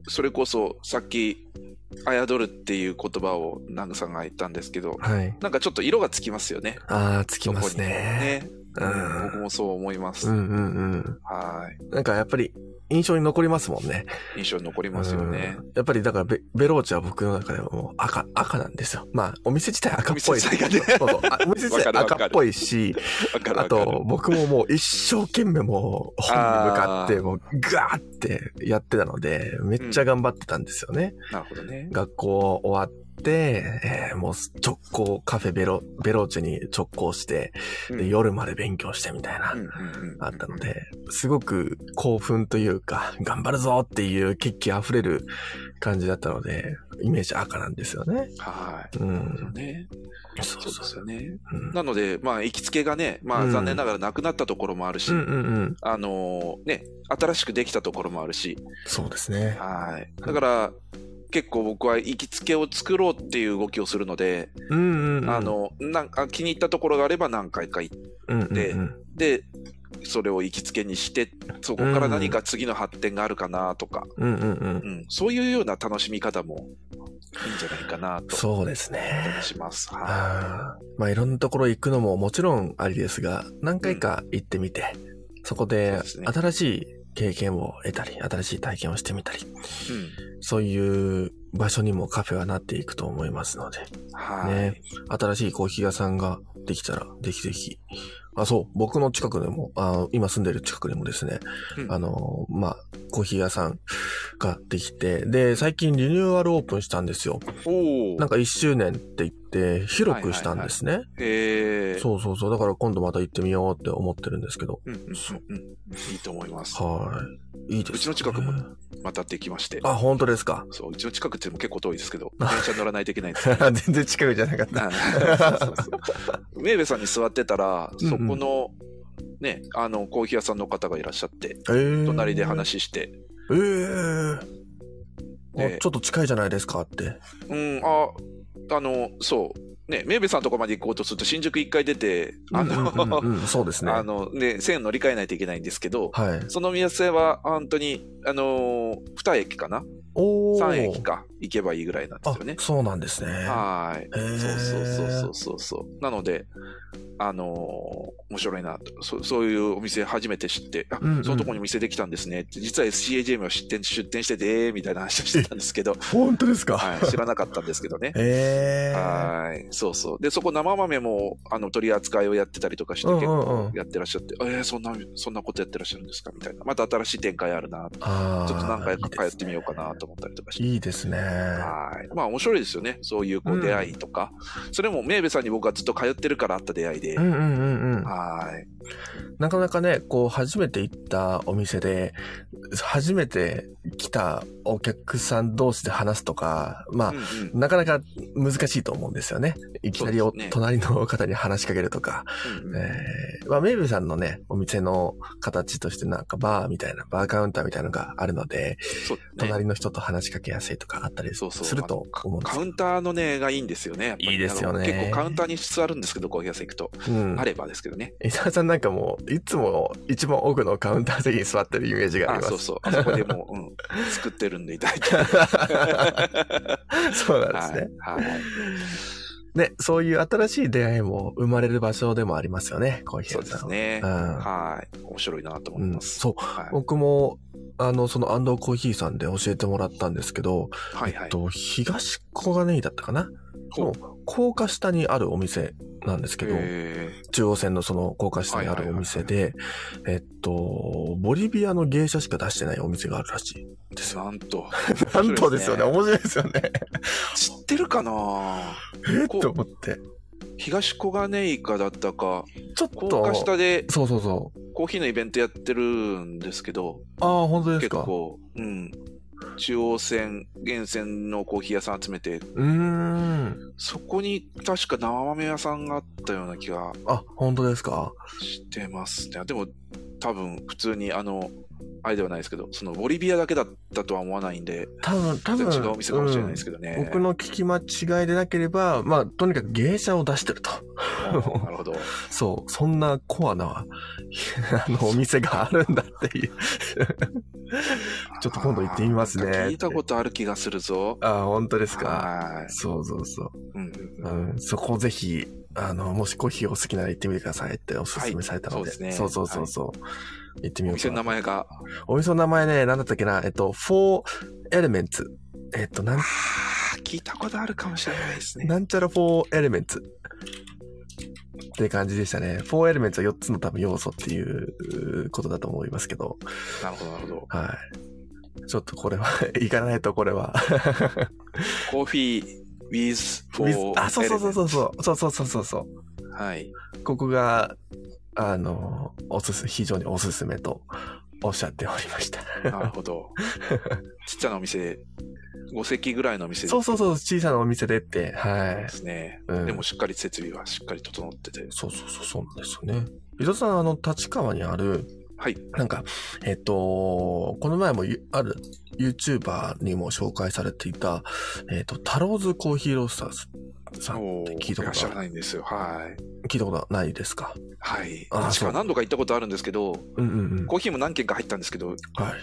S2: それこそさっき、侮るっていう言葉をナグさんが言ったんですけど、
S1: はい。
S2: なんかちょっと色がつきますよね。
S1: ああつき
S2: そこ
S1: ま
S2: に
S1: すね。
S2: ね
S1: うん
S2: 僕もそう思います。
S1: うんうん
S2: は
S1: うん。なんかやっぱり印象に残りますもんね。
S2: い。印象に残りますよね
S1: う。んやっぱりだからベベローチェは僕の中ではもう赤、赤なんですよ。まあお店自体赤っぽい。
S2: お店自体がね
S1: そうそうあお店自体赤っぽいし、
S2: わかる
S1: あ
S2: わかる。
S1: と、僕ももう一生懸命もう本に向かって、
S2: あー
S1: もうガーってやってたので、めっちゃ頑張ってたんですよね。
S2: なるほどね。
S1: 学校終わって、えーもう直行カフェベロ、ベローチェに直行して、
S2: うん
S1: で夜まで勉強してみたいな、
S2: うんうんうん
S1: あったので、すごく興奮というか、頑張るぞっていう血気溢れる感じだったので、イメージ赤なんですよね。
S2: は
S1: う
S2: い
S1: ん。
S2: ね、
S1: そう
S2: そ
S1: そう
S2: うです
S1: そう。
S2: よね。
S1: うん
S2: なので、まあ、行きつけがね、まあ、
S1: うん
S2: 残念ながらなくなったところもあるし、
S1: うんうんうん。
S2: あのーね、新しくできたところもあるし、
S1: そうですね。
S2: はい。だから、結構僕は行きつけを作ろうっていう動きをするので、
S1: うんうんうん。
S2: あ、の、なんか気に入ったところがあれば何回か行っ
S1: うんうん
S2: で
S1: うん、
S2: て、それを行きつけにして、そこから何か次の発展があるかなとか、
S1: うんうんうん
S2: う。ん、そういうような楽しみ方もいいんじゃないかなと
S1: そうです
S2: 思
S1: ね
S2: った。りします。は
S1: あーまあいろんなところ行くのももちろんありですが、何回か行ってみて、そこ
S2: そう
S1: で
S2: ですね
S1: 新しい経験を得たり、新しい体験をしてみたり、
S2: い。うん
S1: そういう場所にもカフェはなっていくと思いますので、
S2: はい、
S1: ね新しいコーヒー屋さんができたら、ぜひぜひ。あ、そう、僕の近くでも、あ今住んでる近くでもですね、
S2: うん
S1: あの、まあ、コーヒー屋さんができて、で、最近リニューアルオープンしたんですよ。
S2: おお。
S1: なんか1周年って言って、広くしたんですね。
S2: えー、
S1: そうそうそう。だから今度また行ってみようって思ってるんですけど。
S2: うんうんうんうん。いいと思います。
S1: はい。いいです、
S2: うちの近くも。またできまして。
S1: あ、本当ですか。
S2: そう、うちの近くっても結構遠いですけど、電車に乗らないといけないんです
S1: 全然近くじゃなかっ
S2: なそうそうそうメーベさんに座ってたら、
S1: うんうん
S2: そこの、ね、あの、コーヒー屋さんの方がいらっしゃって、
S1: た。えー、
S2: 隣で。話して、
S1: えー
S2: で
S1: あちょっと近いじゃないですかって。
S2: うん、あ、あの、そう、ね、メーベさんとこまで行こうとすると、新宿一回出て、あの、
S1: うんうんうんうんそうですね。
S2: あの、ね、線乗り換えないといけないんですけど、
S1: はい。
S2: その店は、本当に、あのー、2駅かな
S1: おー。
S2: ?3 駅か、行けばいいぐらいなんですよね
S1: あ、。そうなんですね。
S2: はーい。
S1: えー
S2: そうそうそうそうそうそう。なので、あのー面白いなとそ、そういうお店初めて知って、あ、
S1: うんうん
S2: そのとこにお店できたんですねって。実は SCAJM を出店出店してて、えーみたいな話をしてたんですけど、
S1: 本当ですか。
S2: はい、知らなかったんですけどね。
S1: えー。
S2: はーい、そうそう。で、そこ生豆もあの取り扱いをやってたりとかして、
S1: うんうん
S2: 結
S1: うん
S2: 構やってらっしゃって、えーそんな、そんなことやってらっしゃるんですかみたいな。また新しい展開あるなと、
S1: あー
S2: ちょっと何回か通ってみようかなと思ったりとかして。
S1: いいですね。いいですね
S2: はい。まあ面白いですよね。そういうこ
S1: う
S2: うん出会いとか。それもメーベさんに僕がずっと通ってるからあった出会いで。
S1: うんうんうんうん。
S2: はい。
S1: なかなかね、こう、初めて行ったお店で、初めて来たお客さん同士で話すとか、まあ、
S2: うんうん
S1: なかなか難しいと思うんですよね。いきなりお、
S2: そうですね
S1: 隣の方に話しかけるとか。
S2: うんうん
S1: えーまあ、メイブさんのね、お店の形としてなんかバーみたいな、バーカウンターみたいなのがあるので、
S2: そうね
S1: 隣の人と話しかけやすいとかあったりす
S2: そうそう
S1: ると思うんです
S2: カウンターのね、がいいんですよね。やっぱり
S1: いいですよね
S2: あの結構カウンターに座るんですけど、コーヒー屋さん行くと。
S1: うん
S2: あ。ればですけどね。
S1: 伊沢さんなんかもう、いつも一番奥のカウンター席に座ってるイメージがあ
S2: あ
S1: りま
S2: そう
S1: す。
S2: そう。あそこでもう、うん、作ってるんでいた だいて。
S1: そうなんですね。
S2: はい。はい
S1: ね、そういう新しい出会いも生まれる場所でもありますよね、コーヒー
S2: そう
S1: 屋
S2: で
S1: さん
S2: す
S1: は。
S2: ね。
S1: うん
S2: はい。面白いなと思い
S1: うん、
S2: ます。
S1: そう。
S2: はい
S1: 僕も、あの、その安藤コーヒーさんで教えてもらったんですけど、
S2: はいは
S1: えっ
S2: い。
S1: と、東小金井だったかな
S2: ほ
S1: の
S2: う
S1: 高架下にあるお店なんですけど、
S2: へ
S1: 中央線のその高架下にあるお店で、えっと、ボリビアの芸者しか出してないお店があるらし い。
S2: ーですなんと。
S1: なんとですよね、面白いですよね。
S2: 知ってるかな
S1: えっ
S2: こう
S1: と思って。
S2: 東小金井かだったか、
S1: ちょっ
S2: 高架
S1: と、
S2: 下で
S1: そうそうそう。
S2: コーヒーのイベントやってるんですけど、
S1: ああ、本当です
S2: 結
S1: か。う
S2: 構、うん。中央線、沿線のコーヒー屋さん集めて、
S1: ーん。
S2: そこに確か生豆屋さんがあったような気が
S1: あ、本当ですか。
S2: してますね。でも、多分、普通に、あの、あれではないですけど、そのボリビアだけだったとは思わないんで、
S1: 多分、多
S2: 全
S1: 分。
S2: 然違うお店かもしれないですけどね。
S1: うん僕の聞き間違いでなければ、まあ、とにかく芸者を出してると。
S2: うんなるほど。
S1: そう、そんなコアな、 あの、お店があるんだっていう。 ちょっと今度行ってみますね
S2: あーなんか聞いたことある気がするぞ。
S1: ああ、本当ですか。
S2: は
S1: そうそうそう。
S2: い。うんうんうん
S1: うん、そこをぜひ、あの、もしコーヒーお好きなら行ってみてくださいっておすすめされたので。
S2: はいそうですね
S1: そうそうそうそう行ってみ
S2: お
S1: よう
S2: 店
S1: か
S2: の
S1: な。
S2: 名前が、
S1: お店の名前ね、なんだったっけな、えっと、4 Elements。えっと、なん、
S2: あ聞いたことあるかもしれないですね。
S1: なんちゃら4 Elements。って感じでしたね。4 Elements は4つの多分要素っていうことだと思いますけど。
S2: なるほど、なるほど。
S1: はい。ちょっとこれは、行かないとこれは。
S2: コーヒー with
S1: ウ
S2: for
S1: ィズあ、そうそうそうそう
S2: elements
S1: そう。そうそうそうそうそ
S2: はい。
S1: う。ここが、あの、おすす、非常におすすめとおっしゃっておりました。
S2: なるほど。ちっちゃなお店、5席ぐらいのお店
S1: そうそうそう、小さなお店でって、はい
S2: で。すね。
S1: うん
S2: でもしっかり設備はしっかり整ってて。
S1: そうそうそう、そうなんですよね。伊藤さん、あの、立川にある、
S2: はい。
S1: なんか、えっと、この前もゆある YouTuber にも紹介されていた、えっと、タローズコーヒーロースターズさん
S2: お
S1: って聞いた
S2: ら
S1: こ
S2: っしゃ
S1: と
S2: ら
S1: ある
S2: ないんですよ。はい。
S1: 聞いたことないですか
S2: はい。
S1: あ
S2: 確
S1: そう
S2: か何度か行ったことあるんですけど、
S1: うんうんうん。
S2: コーヒーも何軒か入ったんですけど、引
S1: はい。
S2: っ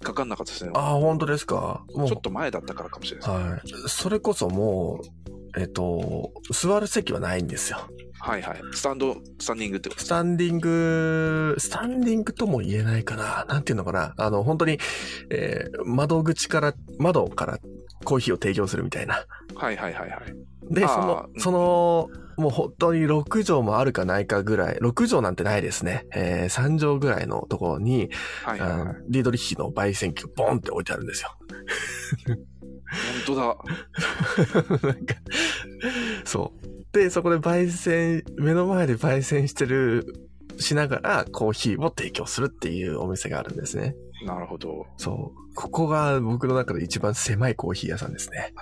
S2: かかんなかったですね。
S1: ああ、本当ですかもう
S2: ちょっと前だったからかもしれないです。
S1: はい。それこそもう、えっと、座る席はないんですよ。
S2: はいはい。スタンド、スタンディングってことで
S1: ス
S2: すね。
S1: タンディング、スタンディングとも言えないかな。なんていうのかな。あの、本当に、えー窓口から、窓からコーヒーを提供するみたいな。
S2: はいはいはいはい。
S1: で、
S2: あー
S1: その
S2: う、ん
S1: その、もう本当に6畳もあるかないかぐらい、6畳なんてないですね。えー3畳ぐらいのところに、
S2: はいはいはい。
S1: あのリードリッヒの焙煎機がボンって置いてあるんですよ。
S2: 本当だ。
S1: なんか、そう。で、そこで焙煎、目の前で焙煎してる、しながらコーヒーを提供するっていうお店があるんですね。
S2: なる ほど。
S1: そう。ここが僕の中で一番狭いコーヒー屋さんですね。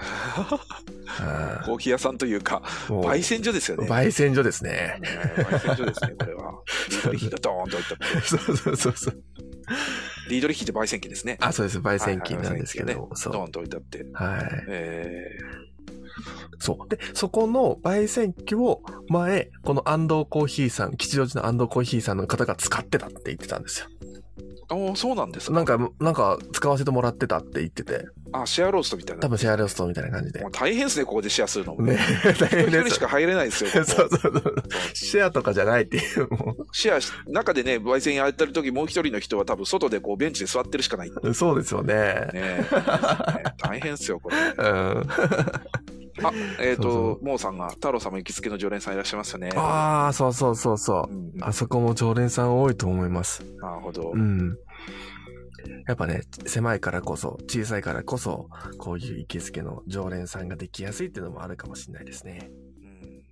S1: あ
S2: コーヒー屋さんというか、
S1: ーもう
S2: 焙煎所ですよね。
S1: 焙煎所ですね。
S2: ね焙煎所ですね、これは。リードリヒがドーンと置いた。
S1: そうそうそうそう。
S2: リードリヒって焙煎機ですね。
S1: あ、そうです。焙煎機なんですけ
S2: はい
S1: ど。
S2: ド
S1: そ
S2: ーンと置いてあって。
S1: う。はい。
S2: え
S1: そう。で、そこの焙煎機を前、この安藤コーヒーさん、吉祥寺の安藤コーヒーさんの方が使ってたって言ってたんですよ。
S2: ー、おーそうなんですか。
S1: なんか、なんか、使わせてもらってたって言ってて、
S2: あ、シェアローストみたいな。
S1: 多分シェアレストみたいな感じで
S2: も。う大変ですね、ここでシェアするのも。
S1: ね、 大
S2: 一
S1: 変
S2: 人
S1: で
S2: し
S1: す。
S2: か入れないですよ。こ こ
S1: そうそうそう。シェアとかじゃないっていう、も
S2: シェアし、中でね、焙煎やってる時もう一人の人は多分外でこうベンチで座ってるしかない。ね
S1: う。そうですよね。
S2: えね大変ですよ、これ。
S1: うん。
S2: あ、えっ、
S1: そうそ
S2: と、モーさんが、太郎さんも行きつけの常連さんいらっしゃいますよね。
S1: ああ、そうそうそうそうう。
S2: んうん、な
S1: あそこも常連さん多いと思います。
S2: るほど。
S1: うん。やっぱね、狭いからこそ、小さいからこそ、こういう行きつけの常連さんができやすいっていうのもあるかもしれないですね。
S2: うん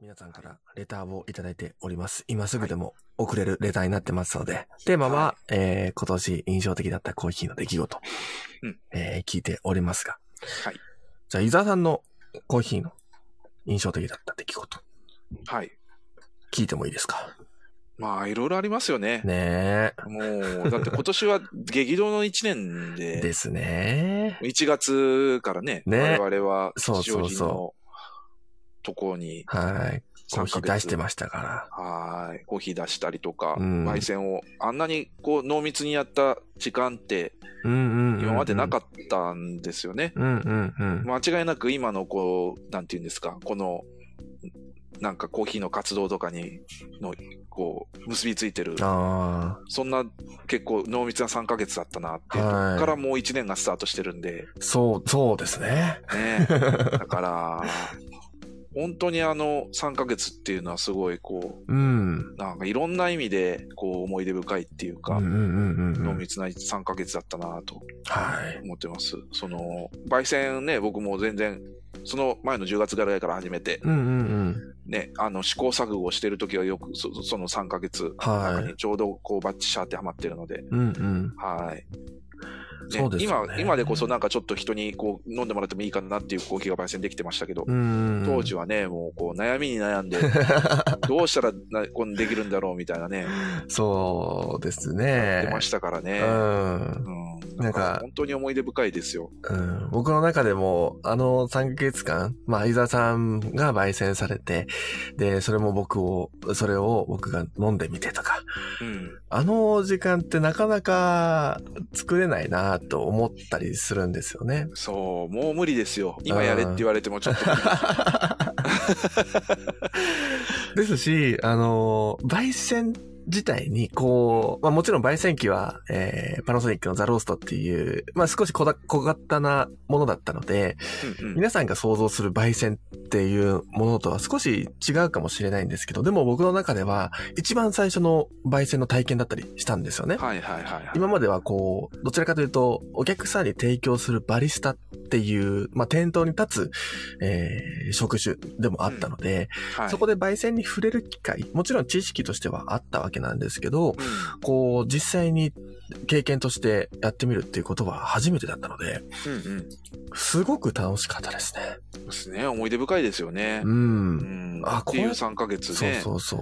S1: 皆さんからレターをいただいております。今すぐでも送れるレターになってますので、テーマは、
S2: は
S1: えー今年印象的だったコーヒーの出来事、
S2: うん
S1: えー聞いておりますが、
S2: はい。
S1: じゃあ伊沢さんのコーヒーの印象的だった出来事、
S2: はい。
S1: 聞いてもいいですか
S2: まあ、いろいろありますよね。
S1: ね
S2: もう、だって今年は激動の1年
S1: え。
S2: で
S1: で、すね。
S2: 1月からね、
S1: ね
S2: 我々は
S1: そう
S2: 吉
S1: そ
S2: 祥
S1: うそう
S2: 寺のとこに、
S1: はい。コーヒ
S2: 参
S1: ー
S2: 加
S1: 出して
S2: す。
S1: ましたから。
S2: はーい。コーヒー出したりとか、
S1: うん
S2: 焙煎を、あんなにこう濃密にやった時間って、
S1: うんうんうんうん
S2: 今までなかったんですよね。
S1: うんうんうん。
S2: 間違いなく今のこう、なんていうんですか、この、なんかコーヒーの活動とかに、の、こう、結びついてる、
S1: あ
S2: そんな結構濃密な3ヶ月だったなっていうとこ
S1: はい
S2: からもう1年がスタートしてるんで、
S1: あ、そう、そうですね。
S2: ね。だから、本当にあの3ヶ月っていうのはすごいこ
S1: うん。うん
S2: う、なんかいろんな意味でこう思い出深いっていう
S1: うん
S2: か、
S1: うんうんう
S2: 濃
S1: ん。
S2: 密な3ヶ月だったなと
S1: はい。
S2: 思ってます。その、焙煎ね、僕も全然、その前の10月ぐらいから始めて、
S1: うんうんうん。
S2: ね、あの試行錯誤してる時はよくそその3ヶ月の中
S1: は
S2: にちょうどこうバッチシャーってハマってるので、
S1: い。うんうん。
S2: はい。ね
S1: そうですよね
S2: 今今でこそなんかちょっと人にこう飲んでもらってもいいかなっていうコーヒーが焙煎できてましたけど、
S1: うんうん。
S2: 当時はね、もうこう悩みに悩 んで、どうしたらなこんできるんだろうみたいなね、
S1: そうです
S2: 出
S1: ね。
S2: ましたからね。
S1: うん。
S2: うん、
S1: なんか
S2: 本当に思い出深いですよ。
S1: うん、僕の中でも、あの3ヶ月間、まあ、伊沢さんが焙煎されて、で、それも僕を、それを僕が飲んでみてとか、
S2: うん、
S1: あの時間ってなかなか作れないなと思ったりするんですよね。
S2: そう、もう無理ですよ。今やれって言われてもちょっと無理。
S1: ですし、あの、焙煎自体に、こう、まあもちろん焙煎機は、えー、パナソニックのザローストっていう、まあ少し小だ小型なものだったので、
S2: うんうん
S1: 皆さんが想像する焙煎っていうものとは少し違うかもしれないんですけど、でも僕の中では一番最初の焙煎の体験だったりしたんですよね。
S2: はいはいはいはい。
S1: 今まではこう、どちらかというと、お客さんに提供するバリスタっていう、まあ、店頭に立つ、えー職種でもあったので、
S2: はい、
S1: そこで焙煎に触れる機会、もちろん知識としてはあったわけなんですけど、
S2: う
S1: こう、実際に経験としてやってみるっていうことは初めてだったので、
S2: んうんうん。です
S1: ごく楽しかったですね。
S2: すね。思い出深いですよね
S1: う。。
S2: うんん。
S1: あ
S2: ってい
S1: こ
S2: う
S1: う
S2: 3ヶ月
S1: そう
S2: ね。
S1: そうそう。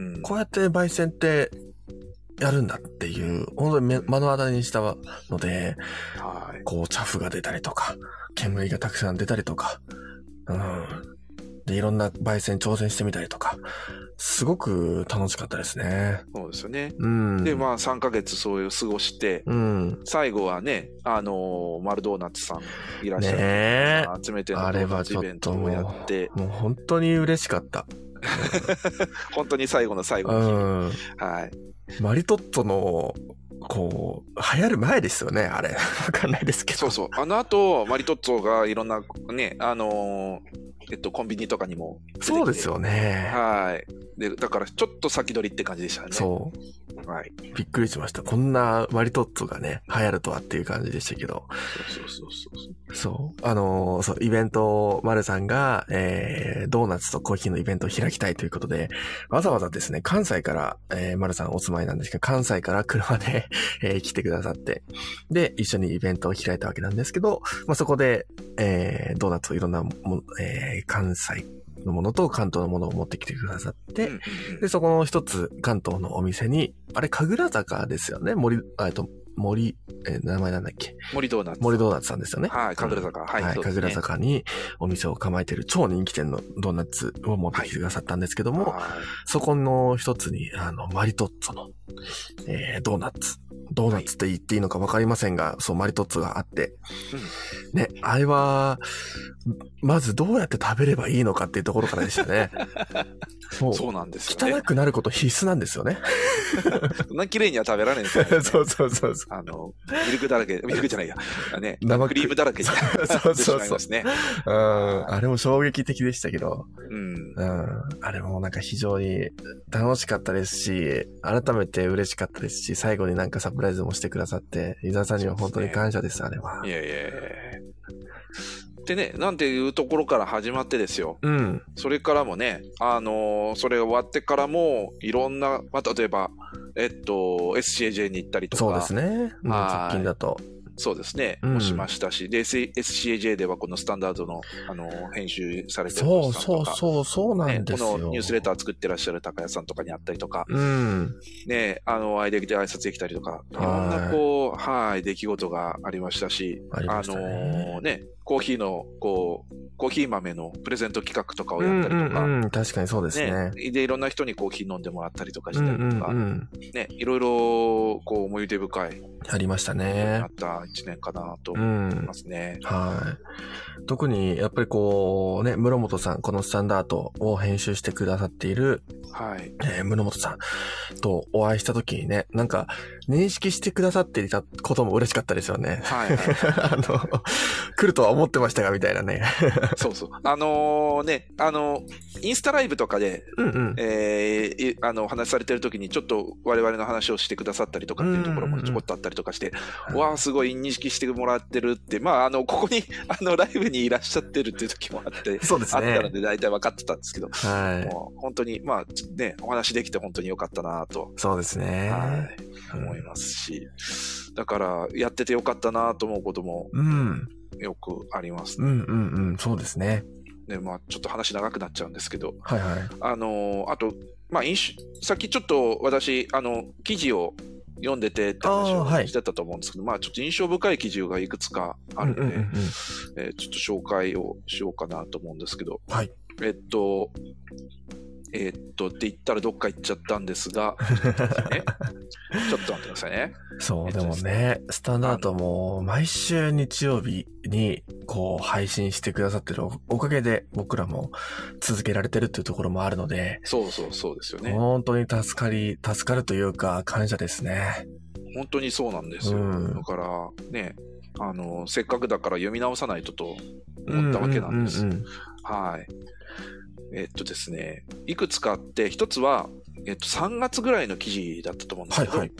S2: うん
S1: こうやって焙煎って、やるんだっていう、本当にめ目の当たりにしたので、
S2: はい。
S1: こう、茶フが出たりとか、煙がたくさん出たりとか、うん。で、いろんな焙煎挑戦してみたりとか、すごく楽しかったですね。
S2: そうですよね。
S1: うん。
S2: で、まあ3ヶ月そういう過ごして、
S1: うん。
S2: 最後はね、あのー、マルドーナツさんいらっしゃ
S1: ね
S2: る。
S1: え。
S2: 集めての
S1: あ
S2: ド
S1: れ
S2: ー
S1: は
S2: ナツ
S1: ち
S2: イ
S1: ょ
S2: ベ
S1: っ
S2: ント
S1: とも
S2: を
S1: う
S2: やって、
S1: もう本当に嬉しかった。
S2: 本当に最後の最後
S1: う
S2: の日、
S1: ん。
S2: はい。
S1: マリトッツォの、こう、流行る前ですよね、あれ。 わかんないですけど。
S2: そうそう。あの後、マリトッツォがいろんなね、あのーえっと、コンビニとかにも出てきて
S1: そうですよね。
S2: はい。で、だからちょっと先取りって感じでしたね。
S1: そう。
S2: う。はい。
S1: びっくりしました。こんなマリトッツォがね、流行るとはっていう感じでしたけど。
S2: そうそうそうそう。
S1: そう。あのーそう、イベント、マルさんが、えー、ドーナツとコーヒーのイベントを開きたいということで、わざわざですね、関西から、えー、マルさんお住まいなんですけど、関西から車で、えー来てくださって、で、一緒にイベントを開いたわけなんですけど、まあ、そこで、えー、ドーナツをいろんなもの、えー、関西のものと関東のものを持ってきてくださって、
S2: うんうんうん
S1: で、そこの一つ、関東のお店に、あれ、神楽坂ですよね森、あえっと、森、えー名前なんだっけ
S2: 森ドーナツ。
S1: 森ドーナツさんですよね。
S2: はい、神楽坂。はい、
S1: はい、
S2: そうです
S1: 神
S2: ね
S1: 楽坂にお店を構えている超人気店のドーナツを持ってきてくださったんですけども、
S2: は
S1: そこの一つに、あの、マリトッツォの、えードーナツ。ドーナツって言っていいのか分かりませんが、そう、マリトッツォがあって、ね、あれは、まずどうやって食べればいいのかっていうところからでした ね。も
S2: い。
S1: う
S2: そうなんですよ、ね。
S1: 汚くなること必須なんです よね。。
S2: そんな綺麗には食べられないんですよ、ね
S1: そうそうそうそう。
S2: あの、ミルクだらけ、ミルクじゃないや。ね、
S1: 生
S2: クリームだらけにな
S1: そう
S2: ってし
S1: そう
S2: まい
S1: そう
S2: ま。すね。
S1: うん。あれも衝撃的でしたけど。
S2: うん。。
S1: うん。あれもなんか非常に楽しかったですし、改めて嬉しかったですし、最後になんかサプライズもしてくださって、伊沢さんには本当に感謝です、あれはい
S2: やいやいやいやでね、なんていうところから始まってですよ。
S1: うん。
S2: それからもね、あのーそれ終わってからも、いろんな、まあ、例えば、えっと、SCAJ に行ったりとか、
S1: そうですね。うん、
S2: はい
S1: 直近だと。
S2: そうですね、
S1: うん
S2: もしましたし、で、S- SCAJ ではこのスタンダードの、あのー編集されてる
S1: そう
S2: さんと
S1: そう
S2: か
S1: そう、そうな
S2: ね
S1: ん、で
S2: こ
S1: すよ。
S2: のニュースレター作ってらっしゃる高谷さんとかに会ったりとか、
S1: うん。
S2: ね、あの、アイデで挨拶できたりとか、いろんなこう、はい、出来事がありましたし、
S1: あり
S2: あ
S1: ましたね
S2: のー。ね、コーヒーの、こう、コーヒー豆のプレゼント企画とかを
S1: う
S2: やっ
S1: ん
S2: た
S1: う
S2: りとか、
S1: んうん、確かにそうですね。
S2: ね、でいろんな人にコーヒー飲んでもらったりとかし
S1: うんう
S2: たりと
S1: ん
S2: か、
S1: うん。
S2: ね、いろいろこう思い出深い
S1: ありました
S2: な
S1: ね
S2: っ。た一年かなと
S1: う
S2: 思い
S1: ん
S2: ま。すね。
S1: はい。特に、やっぱりこう、ね、室本さん、このスタンダードを編集してくださっている、
S2: はい、。
S1: えー室本さんとお会いした時にね、なんか、認識してくださっていたことも嬉しかったですよね
S2: はい、はい
S1: あの、来るとは思ってましたが、みたいなね。
S2: そうそう。あのーね、あのインスタライブとかで、
S1: うんうん。
S2: えーいあの、お話しされてる時に、ちょっと我々の話をしてくださったりとかっていうところもちょこっとあったりとかして、
S1: うん
S2: わあ、すごい認識してもらってるって、まあ、あの、ここに、あの、ライブにいらっしゃってるっていう時もあって、
S1: そうです
S2: あったの
S1: ね。
S2: で大体分かってたんですけど、
S1: はい。
S2: もう本当に、まあちね、お話できて本当に良かったなと、
S1: そうですね。
S2: はい思いますし、だからやってて良かったなと思うことも
S1: うん。
S2: よくあります
S1: う
S2: ね。
S1: んうんうん。そうですね。
S2: でまあ、ちょっと話長くなっちゃうんですけど、
S1: はいはい。
S2: あのーあと、まあ、飲酒さっきちょっと私、あの記事を読んでてって話
S1: あーは
S2: を
S1: い
S2: してたと思うんですけど、まあ、ちょっと印象深い記事がいくつかあるので、
S1: うんうんうんうん
S2: えーちょっと紹介をしようかなと思うんですけど、
S1: はい
S2: えっと、えーっと、って言ったらどっか行っちゃったんですが、ねちょっと待ってくださいね。
S1: そう、で
S2: えっとで
S1: も
S2: す
S1: ね、スタンダードも毎週日曜日にこう配信してくださってるおおかげで僕らも続けられてるっていうところもあるので、
S2: そうそうそうですよね。
S1: 本当に助かり、助かるというか感謝ですね。
S2: 本当にそうなんですよ。
S1: うん
S2: だから、ね、あの、せっかくだから読み直さないとと思ったわけなんです。
S1: ううんうん
S2: はい。えっとですね、いくつかあって、一つは、えっと、3月ぐらいの記事だったと思うんですけど、
S1: はいはい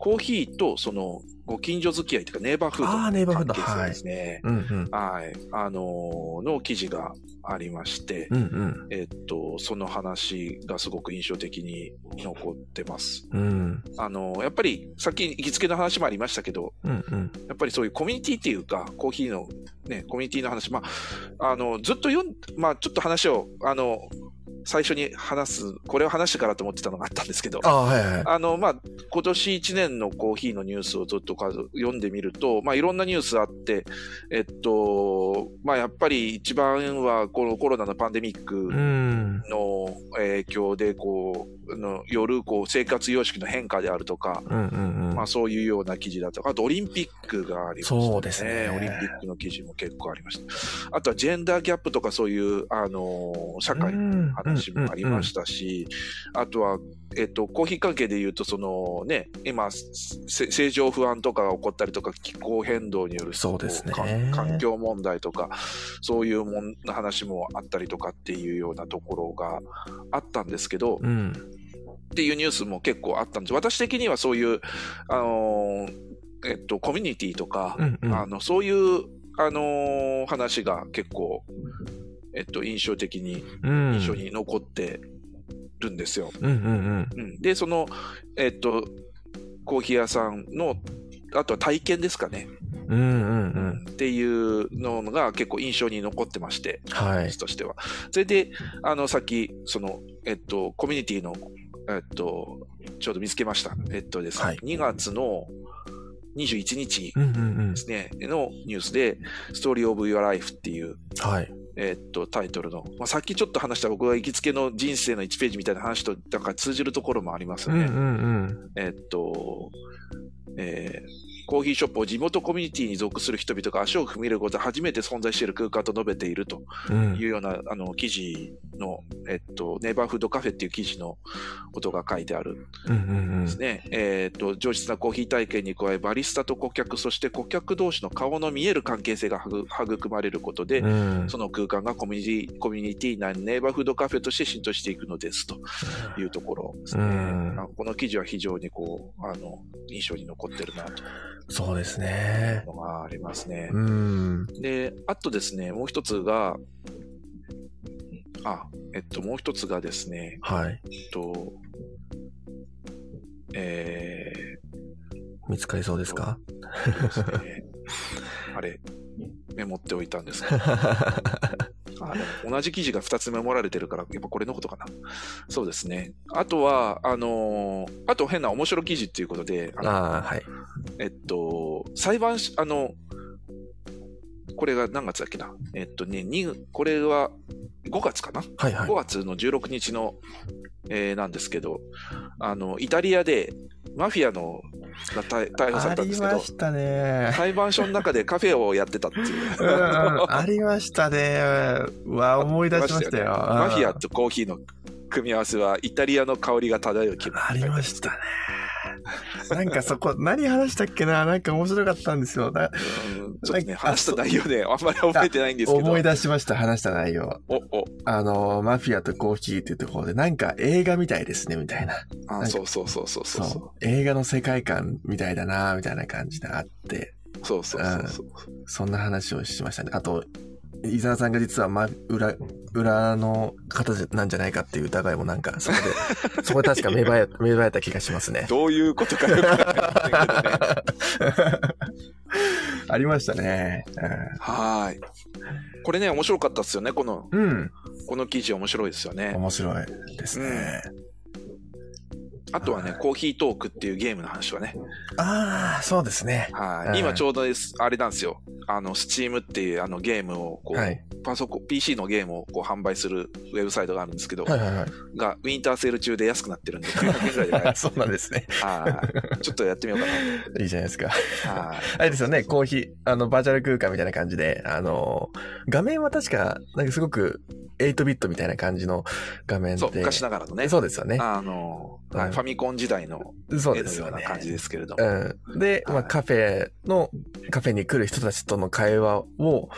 S2: コーヒーとそのご近所付き合いというかネイバーフード
S1: あーネイバーフード
S2: 関係性ですね。
S1: うんうん。
S2: はい、あのーの記事がありまして、
S1: うん
S2: えっと、その話がすごく印象的に残ってます。
S1: うん。うん
S2: あのーやっぱりさっき行きつけの話もありましたけど、
S1: うんうん。
S2: やっぱりそういうコミュニティっていうか、コーヒーのね、コミュニティの話、まあ、あの、ずっと読ん、まあ、ちょっと話を、あの、最初に話す、これを話してからと思ってたのがあったんですけど、
S1: ああ、はいはい。
S2: あの、まあ、今年1年のコーヒーのニュースをずっと数読んでみると、まあ、いろんなニュースあって、えっと、まあ、やっぱり一番は、このコロナのパンデミック
S1: うん。
S2: の影響で、こう、のよる、こう、生活様式の変化であるとか、
S1: うんうんうん。
S2: まあ、そういうような記事だとか、あとオリンピックがありましたね。
S1: そうですね
S2: オリンピックの記事も結構ありました。あとはジェンダーギャップとかそういう、あのー社会の
S1: の
S2: 話もありましたし、あとは、えっと、コーヒー関係で言うと、そのね、今、せ政情不安とかが起こったりとか、気候変動による
S1: そうですね
S2: こか環境問題とか、そういうもん話もあったりとかっていうようなところがあったんですけど、
S1: た。うん。
S2: っていうニュースも結構あったんです。私的にはそういう、あのーえっと、コミュニティとか、
S1: うんうん。
S2: あのそういう、あのー話が結構、えっと、印象的に、
S1: うん
S2: 印象に残ってるんですよ。
S1: うんうん
S2: うん、で、その、えっと、コーヒー屋さんの、あとは体験ですかね、
S1: うん。うんうんうん。
S2: っていうのが結構印象に残ってまして、
S1: はい
S2: 私。としては。それで、あの、さっき、その、えっと、コミュニティの、えっと、ちょうど見つけました。えっとですね、
S1: はい
S2: 2月の21日
S1: うんうんうん
S2: で。すね、のニュースで、ストーリーオブ・ユア・ライフっていう、
S1: はい。
S2: えっと、タイトルの、まあ、さっきちょっと話した僕が行きつけの人生の1ページみたいな話と、なんか通じるところもあります
S1: う
S2: よ
S1: ん
S2: ね。
S1: うん
S2: えっと、えーコーヒーショップを地元コミュニティに属する人々が足を踏み入れることで初めて存在している空間と述べていると
S1: うん。
S2: いうようなあの記事の、えっと、ネイバーフードカフェっていう記事のことが書いてある
S1: うんうんうん
S2: んですね。えっと、上質なコーヒー体験に加え、バリスタと顧客、そして顧客同士の顔の見える関係性がはぐ育まれることで、
S1: うん。
S2: その空間がコミュニティ、コミュニティ内のネイバーフードカフェとして浸透していくのですというところですね。
S1: うん
S2: あこの記事は非常にこう、あの、印象に残ってるなとい
S1: そうですね
S2: う。のがありますね。
S1: うん。
S2: で、あとですね、もう一つが、あ、えっと、もう一つがですね、
S1: はい。
S2: えっと、え
S1: 見つかりそうですか
S2: ー、えっとですね、あれ、メモっておいたんです けどあでも同じ記事が2つメモられてるから、やっぱこれのことかな。そうですね。あとは、あのーあと変な面白記事っていうことで、あの
S1: ああ、はい。
S2: えっと、裁判し、あの、これが何月だっけな。えっとね、にこれは5月かな。
S1: はいはい
S2: 5。月の16日の、えーなんですけど、あの、イタリアでマフィアのが逮逮捕されたんですけど、
S1: た ね。
S2: 裁判所の中でカフェをやってたっていう。
S1: うんうんありましたね。うわ、思い出しましたよ。
S2: ね
S1: うん
S2: マフィアとコーヒーの組み合わせはイタリアの香りが漂う気分
S1: ありましたね。なんかそこ、何話したっけななんか面白かったんですよ。な
S2: うんちょっとね
S1: あ
S2: 話した内容ねあんまり覚えてないんですけど
S1: 思い出しました、話した内容。
S2: おお
S1: あの、マフィアとコーヒーっていうところで、なんか映画みたいですね、みたいな。
S2: あそうそうそうそうそうそう
S1: そう。映画の世界観みたいだな、みたいな感じがあって、
S2: そうそうそうそう
S1: そんな話をしましたね。あと、伊沢さんが実は、ま、裏、裏の方じゃなんじゃないかっていう疑いもなんか、そこで、 そこで確か芽生え、芽生えた気がし ますね。
S2: どういうことかよくわかりませんけどね
S1: ありましたね。
S2: はーいこれね面白かったですよねこの
S1: うん。うん
S2: この記事面白いですよね
S1: 面白いですね。
S2: あとはねコーヒートークっていうゲームの話はね
S1: ああ、そうですね。
S2: は
S1: はいい
S2: 今ちょうどですあれなんですよあのスチームっていうあのゲームをこう、
S1: はい。
S2: パソコン、PC のゲームをこう販売するウェブサイトがあるんですけど、
S1: はいはいはい。
S2: が、ウィンターセール中で安くなっ てるんで、900円ぐらいで買えます。
S1: そうなんですね。
S2: はいちょっとやってみようかな。
S1: いいじゃないですか。
S2: はい
S1: あれですよね、コーヒー、あの、バーチャル空間みたいな感じで、あの、画面は確か、なんかすごく8ビットみたいな感じの画面で。
S2: そう、昔ながらのね。
S1: そうですよね。
S2: あの、はい
S1: うん
S2: ファミコン時代の
S1: そう
S2: 絵
S1: で
S2: の
S1: す
S2: よ
S1: よ
S2: うな
S1: ね。
S2: 感じですけれども。
S1: うん、で、ま
S2: は
S1: あ、
S2: い
S1: カフェの、カフェに来る人たちとの会話を、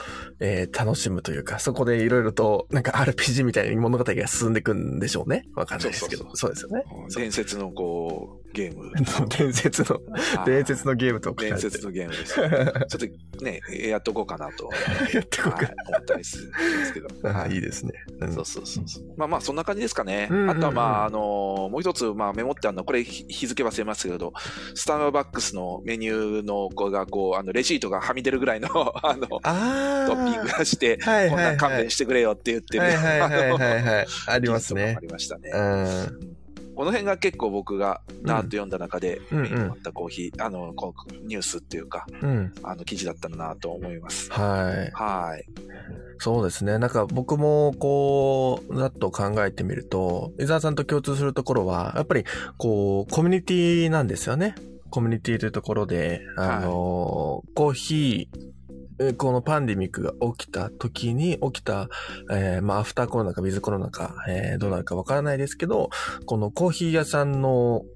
S1: えー楽しむというか、そこでいろいろと、なんか RPG みたいに物語が進んでいくんでしょうね。わかんないですけど。そうですよね。
S2: 伝説のこう、ゲーム。
S1: 伝説の、伝説
S2: の
S1: のゲームとか。
S2: 伝説のゲーム です。ちょっとね、やっとこうかなと、はい、
S1: やってこ
S2: 思
S1: うか。
S2: ったりするんですけど。
S1: あいいですね。うん
S2: そうそうそうそう。まあまあ、そんな感じですかね。
S1: うんうんうん
S2: あとは、まあ、あのーもう一つ、まあ、メモってあるの、これ日日付忘れますけど、スターバックスのメニューの子が、こう、あの、レシートがはみ出るぐらいの、 あの、ト
S1: ああ。
S2: ッピングがして、
S1: はい
S2: こん
S1: はいは。
S2: ないん勘弁してくれよって言ってる。
S1: はいはいはいはい
S2: い。
S1: はい。あ
S2: あ
S1: ります ね
S2: あ。りましたね
S1: う。ん。
S2: この辺が結構僕が、なーっと読んだ中で、
S1: うんうんうん
S2: 目に留まったコーヒー、あの、こうニュースっていうか、
S1: うん。
S2: あの、記事だったなと思います。
S1: はい。
S2: はい。
S1: そうですね。なんか僕もこう、ざっと考えてみると、伊沢さんと共通するところは、やっぱりこう、コミュニティなんですよね。コミュニティというところで、あの、コーヒー、えこのパンデミックが起きた時に起きた、えーまあ、アフターコロナか、ウィズコロナか、えーどうなるかわからないですけど、このコーヒー屋さんの、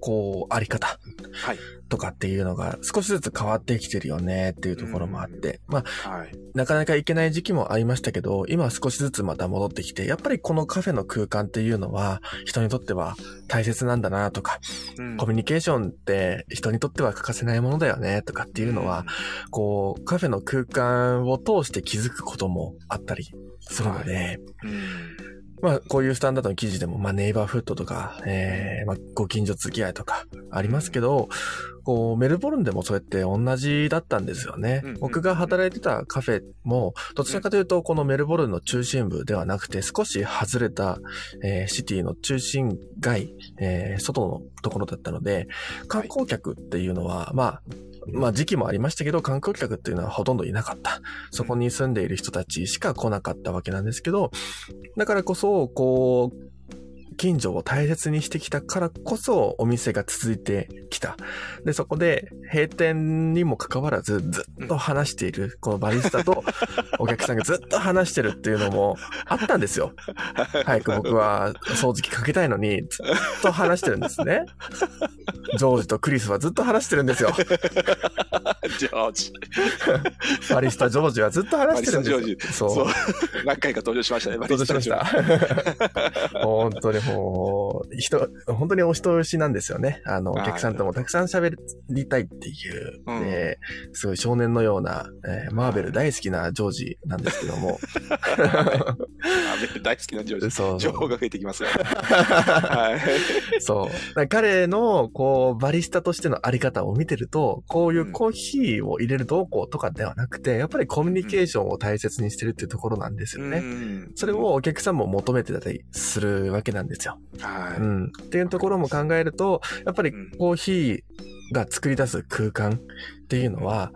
S1: こう、あり方
S2: はい。
S1: とかっていうのが少しずつ変わってきてるよねっていうところもあって、まあ、
S2: はい。
S1: なかなか行けない時期もありましたけど、今は少しずつまた戻ってきて、やっぱりこのカフェの空間っていうのは、人にとっては大切なんだなとか、
S2: うん
S1: コミュニケーションって人にとっては欠かせないものだよねとかっていうのは、、こう、カフェの空間を通して気づくこともあったりするので、
S2: うん
S1: まあ、こういうスタンダードの記事でも、まあ、ネイバーフッドとか、えーまあ、ご近所付き合いとかありますけど、こう、メルボルンでもそうやって同じだったんですよね
S2: うんうんうん。
S1: 僕が働いてたカフェも、どちらかというと、このメルボルンの中心部ではなくて、少し外れた、えーシティの中心街、えー外のところだったので、観光客っていうのは、まあ、まあ時期もありましたけど、観光客っていうのはほとんどいなかった。そこに住んでいる人たちしか来なかったわけなんですけど、だからこそ、こう、近所を大切にしてきたからこそお店が続いてきた。で、そこで閉店にもかかわらずずっと話している、このバリスタとお客さんがずっと話してるっていうのもあったんですよ。早く僕は掃除機かけたいのにずっと話してるんですね。ジョージとクリスはずっと話してるんですよ。
S2: ジョージ。
S1: バリスタジョージはずっと話してるんですよ。
S2: バリス
S1: そう。
S2: そう。何回か登場しましたね、バ
S1: 登
S2: リ
S1: 場
S2: ス
S1: し
S2: タ
S1: まし
S2: ジョージ
S1: た。 本当にもう、人、本当にお人よしなんですよね。あの、お
S2: はい
S1: 客さんともたくさん喋りたいっていう、
S2: うん
S1: えーすごい少年のような、えーマーベル大好きなジョージなんですけども。
S2: あ大好き なジョージ。
S1: そうそ
S2: 情
S1: う
S2: 報が増えて きますよ。はい。
S1: そう。だから彼の、こう、バリスタとしてのあり方を見てると、こうい
S2: ん
S1: うコーヒーを入れる動向とかではなくて、やっぱりコミュニケーションを大切にしてるっていうところなんですよね。
S2: うん
S1: それ、をお客さんも求めてたりするわけなんですよ。
S2: は
S1: う
S2: い。
S1: ん。っていうところも考えると、やっぱり
S2: うん
S1: コーヒーが作り出す空間っていうのは、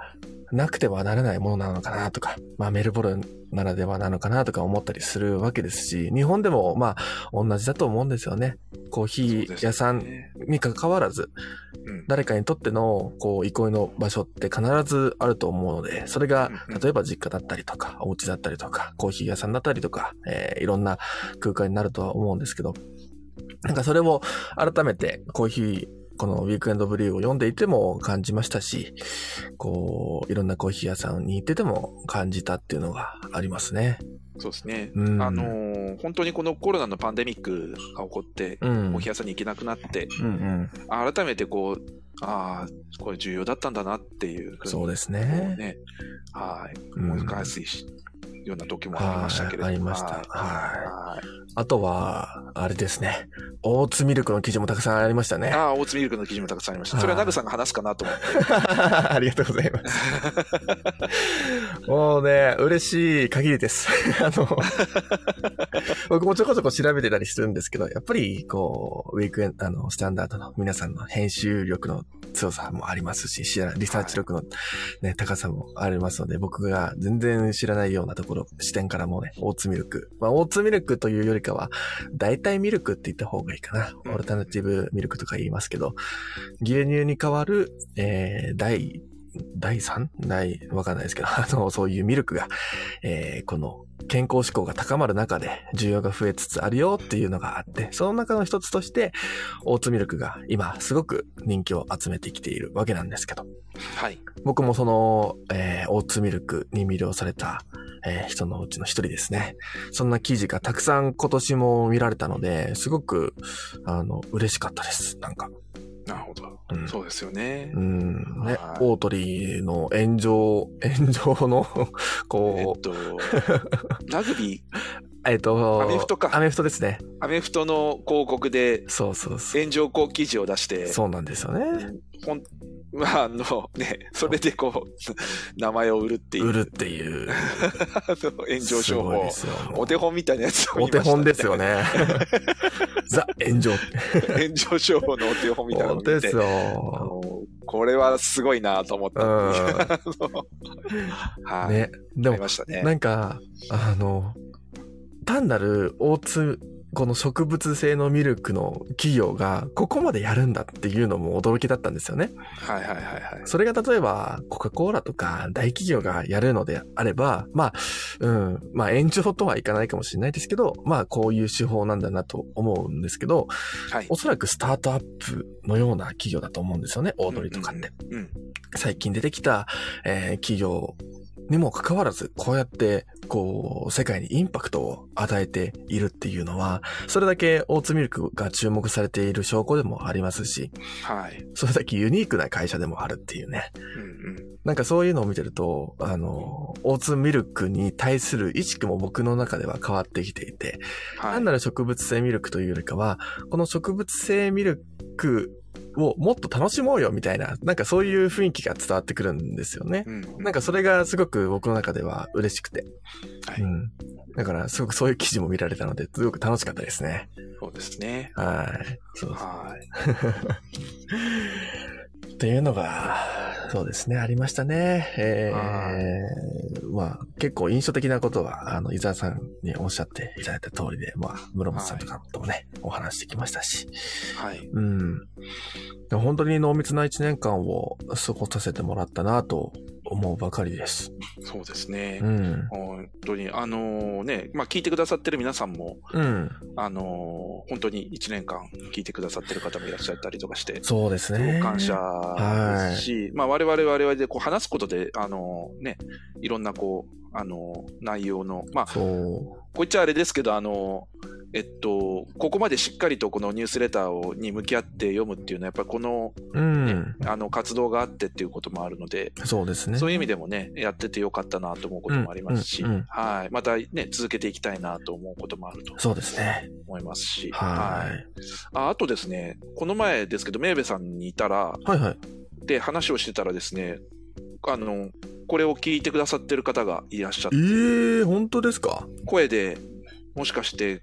S1: なくてはならないものなのかなとか、まあメルボルンならではなのかなとか思ったりするわけですし、日本でもまあ同じだと思うんですよね。コーヒー屋さ
S2: そうんですね
S1: に関わらず、
S2: うん
S1: 誰かにとってのこう憩いの場所って必ずあると思うので、それが
S2: うんうん
S1: 例えば実家だったりとか、お家だったりとか、コーヒー屋さんだったりとか、えーいろんな空間になるとは思うんですけど、なんかそれを改めてコーヒー、このウィークエンドブリューを読んでいても感じましたし、こう、いろんなコーヒー屋さんに行ってても感じたっていうのがありますね。
S2: そうですね。
S1: うん。
S2: あのー、本当にこのコロナのパンデミックが起こって、
S1: うん、
S2: お部屋さんに行けなくなって、
S1: うんうん。
S2: あ改めてこう、ああ、これ重要だったんだなっていうふうに
S1: そうです
S2: こう
S1: ね。
S2: ね、はい。
S1: うん
S2: 思い返すような時もありましたけれども。
S1: はいありました
S2: はい。はい
S1: あとは、あれですね。オーツミルクの記事もたくさんありましたね。
S2: ああ、大津ミルクの記事もたくさんありました。それはナグさんが話すかなと思って。
S1: ありがとうございます。もうね、嬉しい限りです。 あの、僕もちょこちょこ調べてたりするんですけど、やっぱり、こう、ウィークエンあの、スタンダードの皆さんの編集力の強さもありますし、知らリサーチ力のね、高さもありますので、僕が全然知らないようなところ、視点からもね、オーツミルク。まあ、オーツミルクというよりかは、代替ミルクって言った方がいいかな。
S2: うん
S1: オルタナティブミルクとか言いますけど、牛乳に代わる、えー、第、第 3? 第、わかんないですけど、 あの、そういうミルクが、えーこの、健康志向が高まる中で、需要が増えつつあるよっていうのがあって、その中の一つとして、オーツミルクが今、すごく人気を集めてきているわけなんですけど、
S2: はい。
S1: 僕もその、えーオーツミルクに魅了された、えー人のうちの一人ですね。そんな記事がたくさん今年も見られたので、すごく、あの、嬉しかったです。なんか。
S2: なるほど。
S1: うん
S2: そうですよね
S1: う。ん。ね
S2: は、い
S1: オートリーの炎上、 炎上の、
S2: え
S1: こ
S2: っと、ラグビー、
S1: う、えっと、
S2: アメフトか
S1: アメフトですね。
S2: アメフトの広告で
S1: そうそうそう。
S2: 炎上広記事を出して、
S1: そうなんですよね。
S2: ほんまあ、あのね、それでこう、 名前を売るっていう、
S1: 売るっていう。
S2: あの炎上
S1: す
S2: 商
S1: ごい
S2: 法
S1: で。すよ
S2: お手本みたいなやつを
S1: お
S2: 見
S1: 手
S2: ました
S1: 本ですよ。ね。 ザ・炎上。
S2: 炎上商法のお手本みたいなのを
S1: 本当
S2: 見て
S1: です
S2: あ
S1: よ。
S2: のこれはすごいなと思った。
S1: う
S2: は
S1: ん。
S2: い、
S1: ね。で
S2: あ
S1: も
S2: り、ましたね。
S1: なんか、あの、単なる大津、この植物性のミルクの企業がここまでやるんだっていうのも驚きだったんですよね。
S2: はいはいはいはい。
S1: それが例えばコカ・コーラとか大企業がやるのであれば、まあ、うん、まあ炎上とはいかないかもしれないですけど、まあこういう手法なんだなと思うんですけど、
S2: はい
S1: お。そらくスタートアップのような企業だと思うんですよね、大鳥とかって。
S2: うん。
S1: 最近出てきた、えー企業にもかかわらず、こうやって、こう、世界にインパクトを与えているっていうのは、それだけオーツミルクが注目されている証拠でもありますし、
S2: はい。
S1: それだけユニークな会社でもあるっていうね。
S2: うんうん。
S1: なんかそういうのを見てると、あの、オーツミルクに対する意識も僕の中では変わってきていて、
S2: はい。
S1: 単なる植物性ミルクというよりかは、この植物性ミルクをもっと楽しもうよみたいな、なんかそういう雰囲気が伝わってくるんですよね。
S2: うんうん
S1: なんかそれがすごく僕の中では嬉しくて。
S2: はい
S1: うん。だからすごくそういう記事も見られたので、すごく楽しかったですね。
S2: そうですね。
S1: はい。そうそう
S2: はい。
S1: っていうのが、そうですね、ありましたね。え
S2: は
S1: ー、まあ、結構印象的なことは、あの、伊沢さんにおっしゃっていただいた通りで、まあ、室本さんとかともね、お話してきましたし。
S2: はい。
S1: うん。でも本当に濃密な1年間を過ごさせてもらったなと思うばかりです。
S2: そうですね
S1: う。ん。
S2: 本当に、あのね、まあ、聞いてくださってる皆さんも、
S1: うん。
S2: あの本当に1年間聞いてくださってる方もいらっしゃったりとかして、す
S1: そうです
S2: ご
S1: ね。
S2: く感謝ですし、まあ、我々、我々でこう話すことで、あのね、いろんなこう、あの内容の、まあ、
S1: そう。
S2: こういっちゃあれですけど、あの、えっと、ここまでしっかりとこのニュースレターをに向き合って読むっていうのは、やっぱりこの,、
S1: うん。
S2: あの活動があってっていうこともあるので、
S1: そうですね。
S2: そういう意味でもね、やっててよかったなと思うこともありますし、
S1: うんうんうん
S2: はい。またね、続けていきたいなと思うこともあると
S1: そうですね。
S2: 思いますし、。
S1: はい
S2: ああとですね、この前ですけど、メーベさんにいたら、
S1: い。はいはい。
S2: で、話をしてたらですね、あの、これを聞いてくださってる方がいらっしゃっ
S1: ええ
S2: て、
S1: ー、本当ですか
S2: 声でもしかして、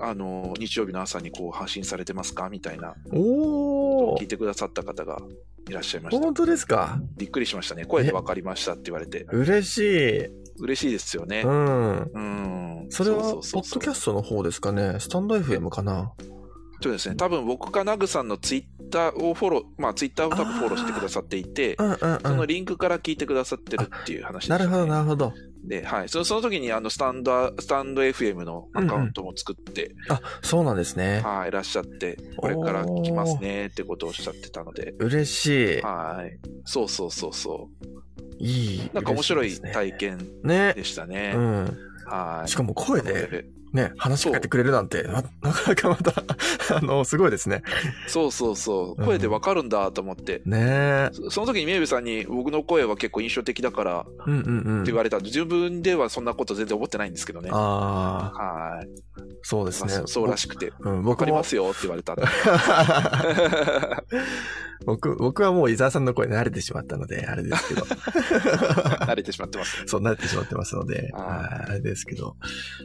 S2: あの、日曜日の朝にこう発信されてますかみたいな、
S1: お
S2: 聞い
S1: ー。
S2: てくださった方がいらっしゃいました
S1: 本。当ですか
S2: びっくりしましたね。声で分かりましたって言われて、
S1: 嬉しい。
S2: 嬉しいですよね
S1: う。ん。
S2: うん。
S1: それは、ポ
S2: ううう
S1: ッ
S2: そ
S1: ド
S2: う
S1: キャストの方ですかねスタンド FM かな
S2: そうですね、多分僕かナグさんのツイッターをフォロー、まあツイッターを多分フォローしてくださっていて
S1: う、んうん
S2: その
S1: うん。
S2: リンクから聞いてくださってるっていう話で
S1: な
S2: す、
S1: るほど、なるほど。
S2: で、はい。そのその時にあのスタンド、スタンド FM のアカウントも作って、
S1: あ、そうなんですね。
S2: はい、いらっしゃって、これから聞きますねってことをおっしゃってたので、
S1: 嬉しい。
S2: はい。そうそうそうそ
S1: いい。
S2: う。なんか面白
S1: 嬉
S2: い
S1: しですね
S2: 体験
S1: ね。
S2: でしたね。
S1: うん。
S2: はい。
S1: しかも声
S2: なの
S1: で、
S2: で
S1: ね、話しかけてくれるなんて、ななかなかまた、あの、すごいですね。
S2: そうそうそうう。
S1: ん
S2: 声でわかるんだと思って。
S1: ねえ。
S2: そその時に宮部さんに僕の声は結構印象的だからって
S1: うんうんうん。
S2: 言われたんで、自分ではそんなこと全然思ってないんですけどね。は
S1: ああ、
S2: い、
S1: そうです
S2: まあ
S1: ね
S2: そ。そうらしくて。
S1: うん、
S2: わ
S1: 僕
S2: かり
S1: も
S2: ま、すよって言わ れたんで。
S1: 僕、僕はもう伊沢さんの声に慣れてしまったので、あれです けど。
S2: 慣れてしまってます。
S1: そうなってしまってますので、
S2: あー
S1: ああれですけど。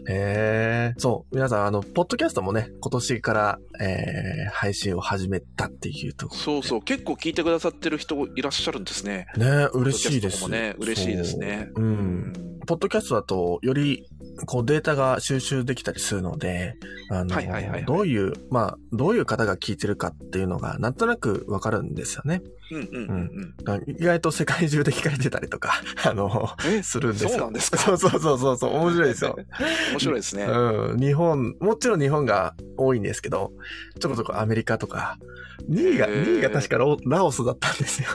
S1: えー、そう、皆さん、あの、ポッドキャストもね、今年から、えー、配信を始めたっていうとこ
S2: そうそう。結構聞いてくださってる人いらっしゃるんですね。
S1: ろ。ね嬉しいです。
S2: ポッドキャストもね嬉しいですね
S1: そう。うん。ポッドキャストだと、より、こう、データが収集できたりするので、あの、
S2: はいはいはいはい
S1: どういう、まあ、どういう方が聞いてるかっていうのが、なんとなくわかるんですよね。
S2: うんうんうんうん。
S1: あ意外と世界中で聞かれてたりとか、 あの、
S2: え、
S1: するんですよ。
S2: そうなんですか
S1: そうそうそうそうそう、面白いです よ。
S2: 面白いですね。
S1: うん、日本、もちろん日本が多いんですけど、ちょこちょこアメリカとか、2位が、
S2: へー
S1: 2位が確かラオラオスだったんですよ。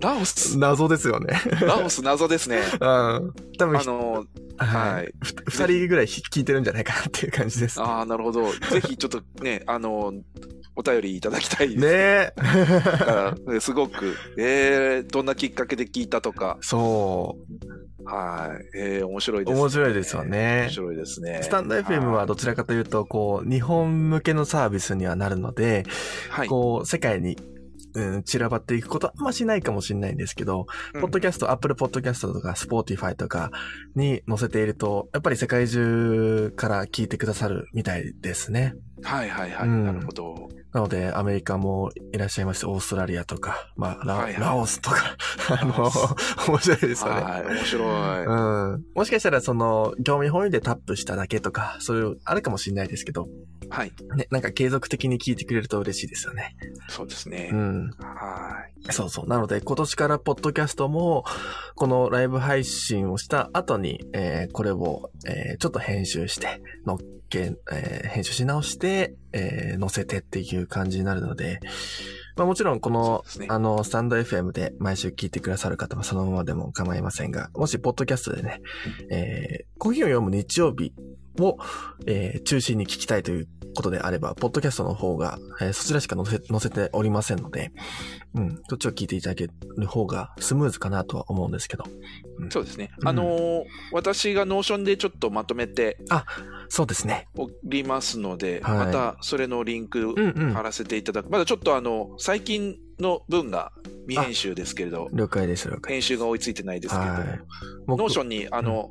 S2: ラオス、
S1: 謎ですよね。
S2: ラオス謎で すね。
S1: うん。多
S2: あ
S1: 分、
S2: の、
S1: は
S2: はいい。
S1: ふ二人ぐらいひ聞いてるんじゃないかなっていう感じです。
S2: ああ、なるほど。ぜひちょっとね、あの、お便りいただきたいです。
S1: ね え。
S2: からねすごく、えー、どんなきっかけで聞いたとか、
S1: そ。
S2: はい、えー、面白いうですね。
S1: 面白いですよね
S2: 面。白いですね。
S1: スタンド FM はどちらかというと、こう、日本向けのサービスにはなるので、
S2: はい、
S1: こう、世界に、うん、散らばっていくことはあんましないかもしれないんですけど、
S2: うん
S1: ポッドキャスト、Apple Podcast とか Spotify とかに載せていると、やっぱり世界中から聞いてくださるみたいですね。
S2: はいはいはい、
S1: うん
S2: なるほど。
S1: なので、アメリカもいらっしゃいますし、オーストラリアとか、まあ、ラ,、
S2: はいはい
S1: ラオスとか、 あの、
S2: ラオス
S1: 面白いですよね。
S2: はい、面白い。
S1: うん、もしかしたら、その、興味本位でタップしただけとか、そういう、あるかもしれないですけど、
S2: はい、
S1: ね、なんか継続的に聞いてくれると嬉しいですよね。
S2: そうですね
S1: う。ん。
S2: はい。
S1: そうそう。なので、今年からポッドキャストも、このライブ配信をした後に、えーこれを、えーちょっと編集して、のっけ、えー編集し直して、えー載せてっていう感じになるので、まあもちろんこ
S2: そ
S1: の
S2: うで、すね
S1: あの、スタンド FM で毎週聞いてくださる方はそのままでも構いませんが、もしポッドキャストでね、えーコーヒーを読む日曜日を、えー中心に聞きたいということであれば、ポッドキャストの方が、えーそちらしか載せ載せておりませんので、うん、そっちを聞いていただける方がスムーズかなとは思うんですけど。
S2: そうですね。
S1: うん
S2: あのー私がノーションでちょっとまとめて
S1: そうですね。
S2: おりますので、
S1: はい
S2: またそれのリン
S1: う
S2: ク
S1: んうん
S2: 貼。らせていただく。まだちょっとあの、最近の文が未編集ですけれど、
S1: 了解です、了解。
S2: 編集が追いついてないですけれども、
S1: はい
S2: ノー
S1: 僕
S2: ションに、あの、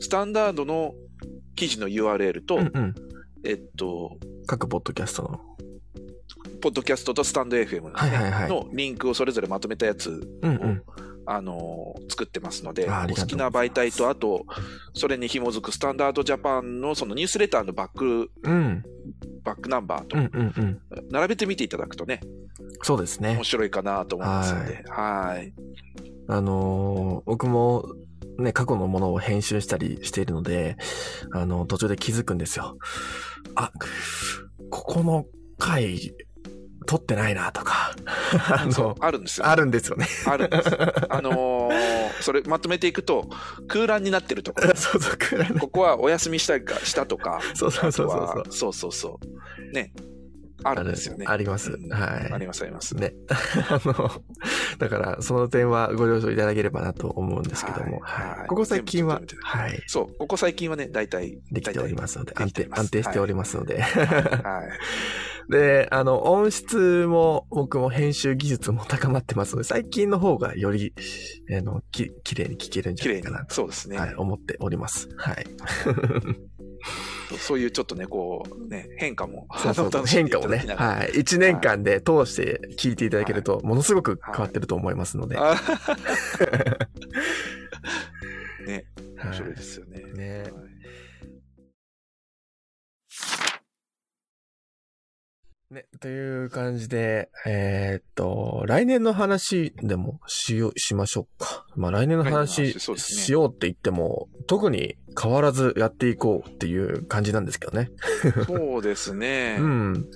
S2: スタンダードの記事の URL と、
S1: うんうん。
S2: えっと、
S1: 各ポッドキャストの。
S2: ポッドキャストとスタンド FM
S1: はいはいはい。
S2: のリンクをそれぞれまとめたやつ、
S1: うんうん。
S2: あの作ってますので、
S1: ああ
S2: お
S1: り
S2: 好
S1: がと
S2: き
S1: うござい
S2: な
S1: ます
S2: 媒体と、あと、それに紐づくスタンダードジャパンのそのニュースレターのバック、
S1: うん。
S2: バックナンバーと
S1: うんうんうん。
S2: 並べてみていただくとね、
S1: そうですね
S2: 面。白いかなと思いますので、はい。
S1: あのー僕もね、過去のものを編集したりしているので、あの、途中で気づくんですよ。あ、ここの回、撮ってないなと か、あ
S2: そう
S1: の、
S2: あるんですよ。
S1: あるんですよね。
S2: あるんです。あのーそれまとめていくと、空欄になってるところ。
S1: そうそう、くらいね
S2: ここはお休みしたいか、したとか、
S1: そうそうそうそうそう
S2: は。そうそうそう。ね。あるんですよね。
S1: あります。
S2: うん
S1: はい。
S2: ありますあります。
S1: ね。 あの、だから、その点はご了承いただければなと思うんですけども、
S2: はい
S1: はい
S2: はい
S1: ここ最近は
S2: 全部ちょっ、と
S1: はい、
S2: そう、ここ最近はね、大体。
S1: できておりますので、安
S2: できて
S1: 定、
S2: ます
S1: 安定しておりますので。
S2: 大体はい。
S1: で、あの、音質も、僕も編集技術も高まってますので、最近の方がより、あの、き、綺麗に聞けるんじ
S2: 綺
S1: ゃな
S2: 麗
S1: い
S2: に
S1: かな。と、
S2: そうですね、
S1: はい、思っております。 はい。
S2: そうそういうちょっとね、こう、ね、変化も。
S1: そうそうそう
S2: 楽しん
S1: 変
S2: で
S1: 化
S2: い
S1: を
S2: ただ
S1: ね
S2: き、ながら
S1: はい。一年間で通して聞いていただけると、ものすごく変わってると思いますので。 は
S2: あね、面白い
S1: い
S2: ですよね。
S1: ね
S2: はい
S1: ね、という感じで、えーっと、来年の話でもしよう、しましょうか。まあ来年の
S2: 来年の
S1: 話
S2: 話そうですね
S1: しようって言っても、特に変わらずやっていこうっていう感じなんですけどね。
S2: そうですね。
S1: うん。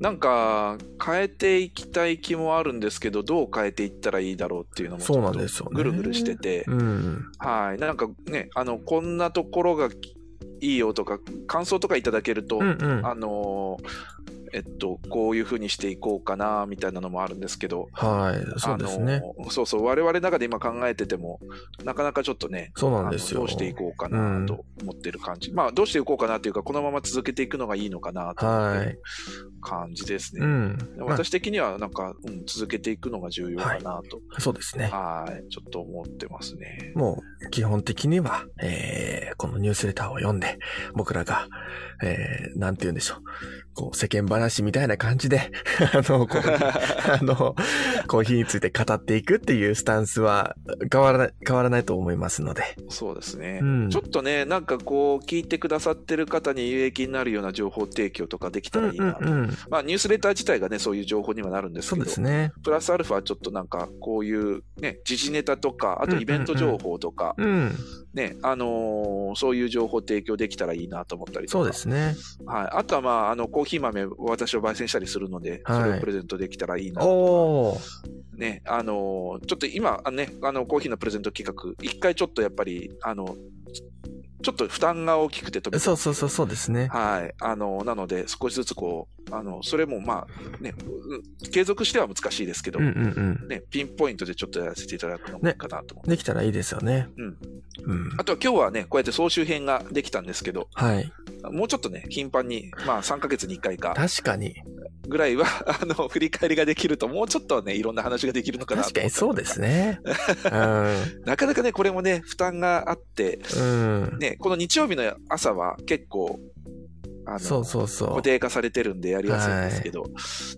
S2: なんか、変えていきたい気もあるんですけど、どう変えていったらいいだろうっていうのも、
S1: そうなんですよね
S2: ぐるぐるしてて、
S1: うん。
S2: はい。なんかね、あの、こんなところがきいいよとか、感想とかいただける
S1: う
S2: と、
S1: んうん。
S2: あのーえっと、こういうふうにしていこうかな、みたいなのもあるんですけど、
S1: はい。そうですね。
S2: あのそうそう、我々の中で今考えてても、なかなかちょっとね、
S1: そう
S2: あ
S1: なん
S2: の
S1: ですよ。
S2: どうしていこうかなと思ってる感じ。まあ、どうしていこうかなというか、このまま続けていくのがいいのかなと
S1: は
S2: いう
S1: い。
S2: 感じです
S1: う
S2: ね。
S1: ん。ま
S2: 私的には、なんか、うん、続けていくのが重要かなと、
S1: あ、そうですね。
S2: はい、ちょっと思ってます ね。
S1: もう、基本的には、えー、このニュースレターを読んで、僕らが、えー、なんて言うんでしょう。こう、世間話みたいな感じで、 あの、 こうあの、コーヒーについて語っていくっていうスタンスは変わらない、変わらないと思いますので。
S2: そうですね。
S1: うん
S2: ちょっとね、なんかこう、聞いてくださってる方に有益になるような情報提供とかできた
S1: うん
S2: らいいなと。
S1: うんうん。
S2: まあ、ニュースレター自体がね、そういう情報にはなるんです
S1: そ
S2: け
S1: う
S2: ど、
S1: ですね。
S2: プラスアルファちょっとなんか、こういうね、時事ネタとか、あとイベント情報とか、
S1: うん。
S2: ね、あのーそういう情報提供できたらいいなと思ったりと
S1: そ
S2: か。
S1: うで。すね。
S2: はい。あとは、まあ、あの、コーヒー豆、私を焙煎したりするので、
S1: はい
S2: それをプレゼントできたらいいな。
S1: おー。
S2: ね、あのーちょっと今、あのね、あの、コーヒーのプレゼント企画、一回ちょっとやっぱり、あの、ちょっと負担が大きくて止めた
S1: そうそうそう、そうですね。
S2: はい。あの、なので、少しずつこう、あの、それもまあ、ね、うん継続しては難しいですけど、
S1: うんうんうん。
S2: ね、ピンポイントでちょっとやらせていただくのもいいかなと思う、
S1: できたらいいですよね。
S2: うん。
S1: うん
S2: あ。とは今日はね、こうやって総集編ができたんですけど、
S1: はい。
S2: もうちょっとね、頻繁に、まあ3ヶ月に1回か
S1: 確かに。
S2: ぐらいは、 あの、振り返りができると、もうちょっとね、いろんな話ができるのかなと。
S1: 確かにそうですすね。うん。
S2: なかなかね、これもね、負担があって、
S1: うん。
S2: ね、この日曜日の朝は結構、 あの、
S1: そうそうそ
S2: 固定化されてるんでやりやすいんですけど、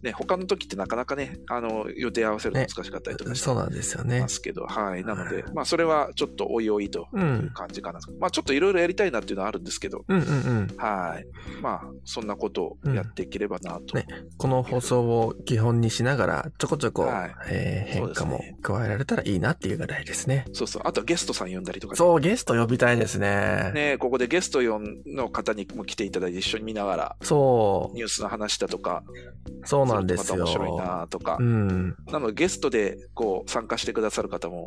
S2: ね、他の時ってなかなかね、あの、予定合わせるの難しかったりと
S1: う。
S2: かし
S1: そうなんですよね
S2: ま。すけど、はい。なので
S1: は、
S2: まあ、それはちょっとおいおいと
S1: う。
S2: いうん感じかな。まあ、ちょっといろいろやりたいなっていうのはあるんですけど、
S1: うんうんうん。
S2: はい。まあ、そんなことをやっていければなと。
S1: うんねこの放送を基本にしながら、ちょこちょこ、
S2: はい
S1: えー
S2: そ
S1: 変
S2: うです
S1: 化
S2: ね
S1: も加えられたらいいなっていうぐらいですね。
S2: そうそう。あとはゲストさん呼んだりとかね、
S1: そう、ゲスト呼びたいですね。
S2: ね、ここでゲスト呼んの方にも来ていただいて一緒に見ながら、
S1: そ
S2: ニュースの話だとか、
S1: う、そうなんですよ
S2: また。面白いなとか
S1: う、ん。
S2: なのでゲストでこう参加してくださる方も、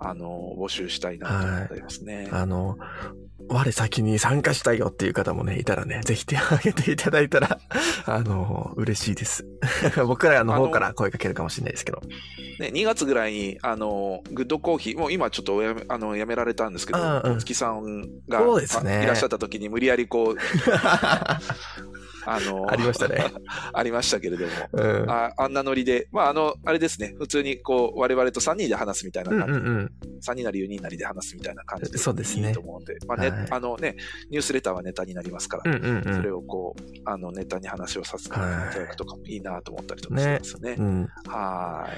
S2: あの、募集したいなと思っておりますね。
S1: あの、我先に参加したいよっていう方もね、いたらね、ぜひ手を挙げていただいたら、 あの、嬉しいです。 僕らの方から声かけるかもしれないですけど。
S2: ね、2月ぐらいに、あの、グッドコーヒー、もう今ちょっとおやめあのやめられたんですけど、
S1: うんうん
S2: 小月さんが
S1: そうですね
S2: あいらっしゃった時に無理やりこう、
S1: あ
S2: あの、
S1: りましたね。
S2: ありましたけれども、
S1: うん。
S2: ああんなノリで、まあ、あの、あれですね、普通にこう、我々と3人で話すみたいな
S1: うん
S2: 感
S1: う
S2: じ、
S1: んうん。
S2: 3人なり4人なりで話すみたいな感じで、
S1: そうですね
S2: いいと思うんで、まあね
S1: はい
S2: あのね、ニュースレターはネタになりますから、
S1: うんうんうん
S2: それをこう、あの、ネタに話をさせていただくとかもいいなと思ったりとかしてますよね。
S1: うん、
S2: は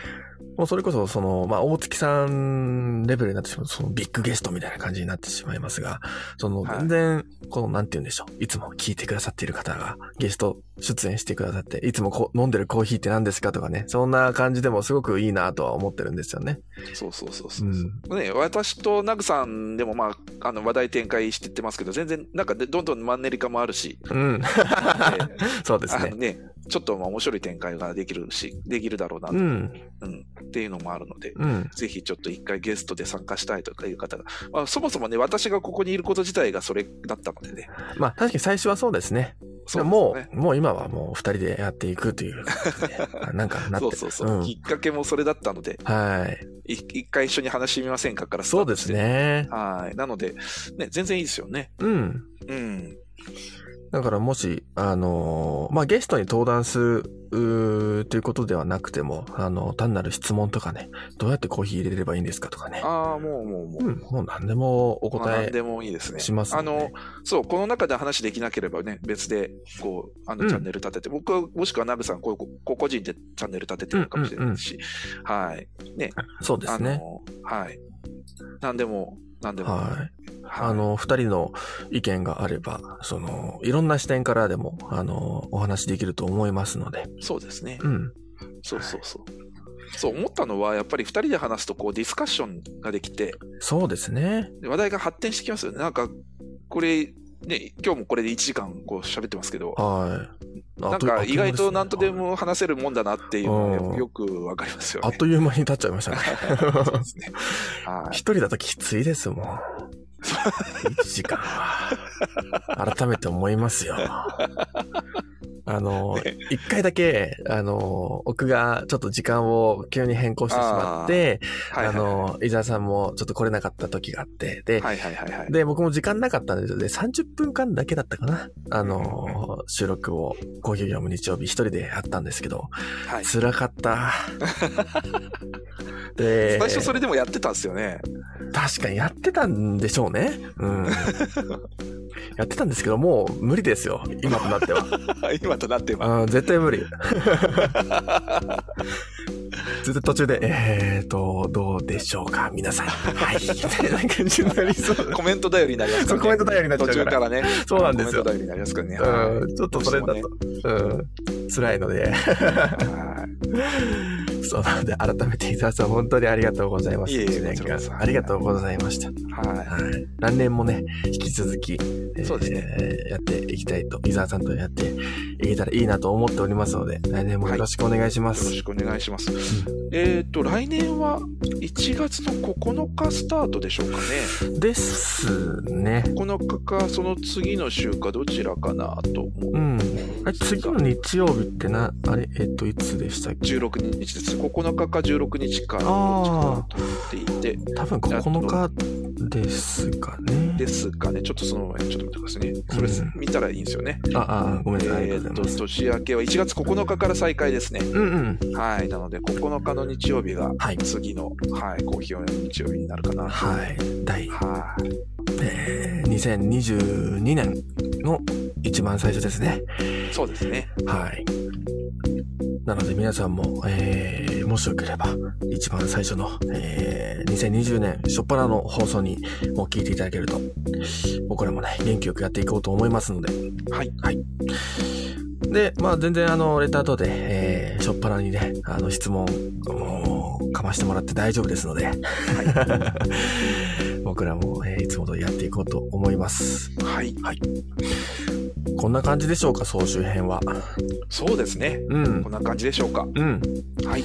S1: もうそれこそ、その、まあ、大月さんレベルになってしまう、そのビッグゲストみたいな感じになってしまいますが、その、
S2: はい
S1: 全然、この、なんて言うんでしょう、いつも聞いてくださっている方が、ゲスト出演してくださって、いつもこう飲んでるコーヒーって何ですかとかね、そんな感じでもすごくいいなとは思ってるんですよね。
S2: い。そうそうそうそうそう、ね。私とナグさんでも、まあ、あの、話題展開してってますけど、全然、なんかで、どんどんマンネリ化もあ るし、
S1: うん。
S2: で
S1: そうです
S2: あ
S1: ね
S2: の。ね、ちょっとまあ面白い展開ができるし、できるだろうなと、
S1: う
S2: うん
S1: ん。
S2: っていうのもあるので、
S1: うん。
S2: ぜひちょっと一回ゲストで参加したいとかいう方が、まあ、そもそもね、私がここにいること自体がそれだったのでね。
S1: まあ、確かに最初はそうですね。
S2: そうです
S1: も
S2: ね
S1: う、もう今はもう二人でやっていくという感じで、あなんかなってる
S2: そうそうそう、
S1: ん
S2: きっかけもそれだったので、
S1: はい。
S2: い一回一緒に話してみませんかからスタ
S1: そ
S2: ー
S1: うで
S2: トして
S1: す。ね。
S2: はい。なので、ね、全然いいですよね。
S1: うん。
S2: うん。
S1: だからもし、あのーまあ、ゲストに登壇する、うーということではなくても、あの、単なる質問とかね、どうやってコーヒー入れればいいんですかとかね。
S2: ああ、もうもうもう。
S1: うん、もう何でもお
S2: まあ
S1: 答
S2: 何
S1: え。
S2: でもいいですね。
S1: します
S2: あ
S1: ので
S2: の、そう、この中で話できなければね、別で、こう、あ
S1: う
S2: の、
S1: ん
S2: チャンネル立てて、僕は、もしくはナグさん、こう、こう個人でチャンネル立ててるかもしれないし、はい。
S1: そうで
S2: あ
S1: すね。
S2: の、はい。何でも、何でも。
S1: はい。
S2: はい
S1: あの、二人の意見があれば、その、いろんな視点からでも、あの、お話できると思いますので。
S2: そうですね。
S1: うん。
S2: そうそうそう。そう思ったのは、やっぱり2人で話すと、こう、ディスカッションができて、
S1: そうですね。
S2: で話題が発展してきますよね。なんか、これ、ね、今日もこれで1時間、こう、喋ってますけど、
S1: はい。
S2: な
S1: あ
S2: ん
S1: という
S2: か、意外と
S1: あ
S2: 何
S1: っ
S2: と
S1: と
S2: で
S1: いう間すね
S2: も話せるもんだなっていうのが
S1: うん
S2: よよくわかりますよ
S1: あっ
S2: ね。
S1: という間に経っちゃいましたね。
S2: そうですね。は
S1: 一人
S2: い。
S1: だときついですもん。 1時間 は、改めて思いますよ。あの、一回だけ、あの、僕がちょっと時間を急に変更してしまって、
S2: はい
S1: あ
S2: はいは
S1: の、伊沢さんもちょっと来れなかった時があって、で
S2: い、はいはいはいはい。
S1: で、僕も時間なかったんですよ。で、30分間だけだったかな。あの、収録を、コーヒー業務日曜日一人でやったんですけど、
S2: はい
S1: 辛か った。で、
S2: 最初それでもやってたんですよね。
S1: 確かにやってたんでしょうね。うん。やってたんですけど、もう無理ですよ。今となっては。
S2: 今となっては。
S1: うん、絶対無理。絶対途中で、えーと、どうでしょうか、皆さん。はい。みたいな感じになりそう。
S2: コメント頼りになりますか
S1: そう
S2: ら、ね。
S1: コメント頼りになっちゃうか
S2: 途
S1: ら
S2: 中からね。
S1: そうなんですよ
S2: コメント頼りになりますからね。は
S1: うん、ちょっとそれだと、
S2: ど
S1: うん、辛いので、
S2: いは
S1: そうなので、改めて伊沢さん、本当にありがとうございます。
S2: いえいえ
S1: 一年
S2: こちらこそ
S1: 間ありがとうございました。
S2: い。は
S1: はい。何年もね、引き続き、えー
S2: そうですね
S1: やっていきたいと、伊沢さんとやっていけたらいいなと思っておりますので、来年もよろしくお願いしま
S2: い。よろ
S1: す。
S2: しくお願いします。えっ、と、来年は1月の9日スタートでしょうかね。
S1: ですね。
S2: 9日か、その次の週か、どちらかなと思う。
S1: うん。あれ次の日曜日ってな、あれ、えっと、いつでしたっけ
S2: 16日です。9日か16日か、どっちかなと思っていて、
S1: 多分9日ですかね。
S2: ですがね、ちょっとその前にちょっと見てくださいね。それ
S1: うん
S2: 見たらいいんですよね。
S1: あ、あ、ごめんなさい。あり
S2: え
S1: が
S2: っ、
S1: とうござい
S2: と、
S1: ます。
S2: 年明けは1月9日から再開ですね。
S1: うんうん。
S2: はい。なので、9日の日曜日が、
S1: はい
S2: 次の、はい、コーヒーの日曜日になるかな。
S1: はい。第、
S2: はい。
S1: えー、2022年の一番最初ですね。
S2: そうですね。
S1: はい。なので皆さんも、えー、もしよければ、一番最初の、えー、2020年初っ端の放送にも聞いていただけると、僕らもね、元気よくやっていこうと思いますので。
S2: はい。
S1: で、まあ全然あの、レター等で、えー、初っ端にね、あの、質問をかましてもらって大丈夫ですので、 僕らも、えーいつもとやっていこうと思います。
S2: はい。
S1: こんな感じでしょうか、総集編は。
S2: そうですね。
S1: うん
S2: こん。な感じでしょうか。
S1: うん。
S2: はい。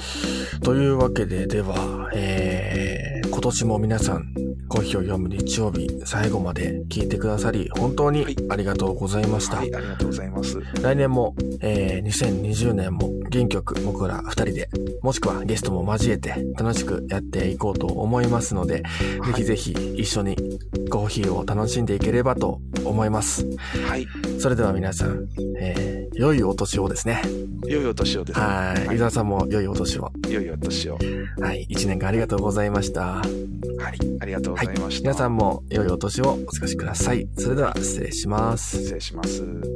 S1: というわけで、では、えー、今年も皆さん、コーヒーを読む日曜日、最後まで聞いてくださり、本当に
S2: はい
S1: ありがとうございました。
S2: はい。ありがとうございます。
S1: 来年も、えー、2020年も、元気よく僕ら二人で、もしくはゲストも交えて、楽しくやっていこうと思いますので、
S2: はい
S1: ぜひぜひ一緒にコーヒーを楽しんでいければと思います。
S2: はい。
S1: それでは皆さん、えー、良いお年をですね。
S2: 良いお年をですね。
S1: は。
S2: はいい
S1: 伊沢さんも良いお年を。
S2: 良いお年を。
S1: はい。一年間ありがとうございました。
S2: はい。ありがとうございました。
S1: 皆さんも良いお年をお過ごしください。それでは失礼します。
S2: 失礼します。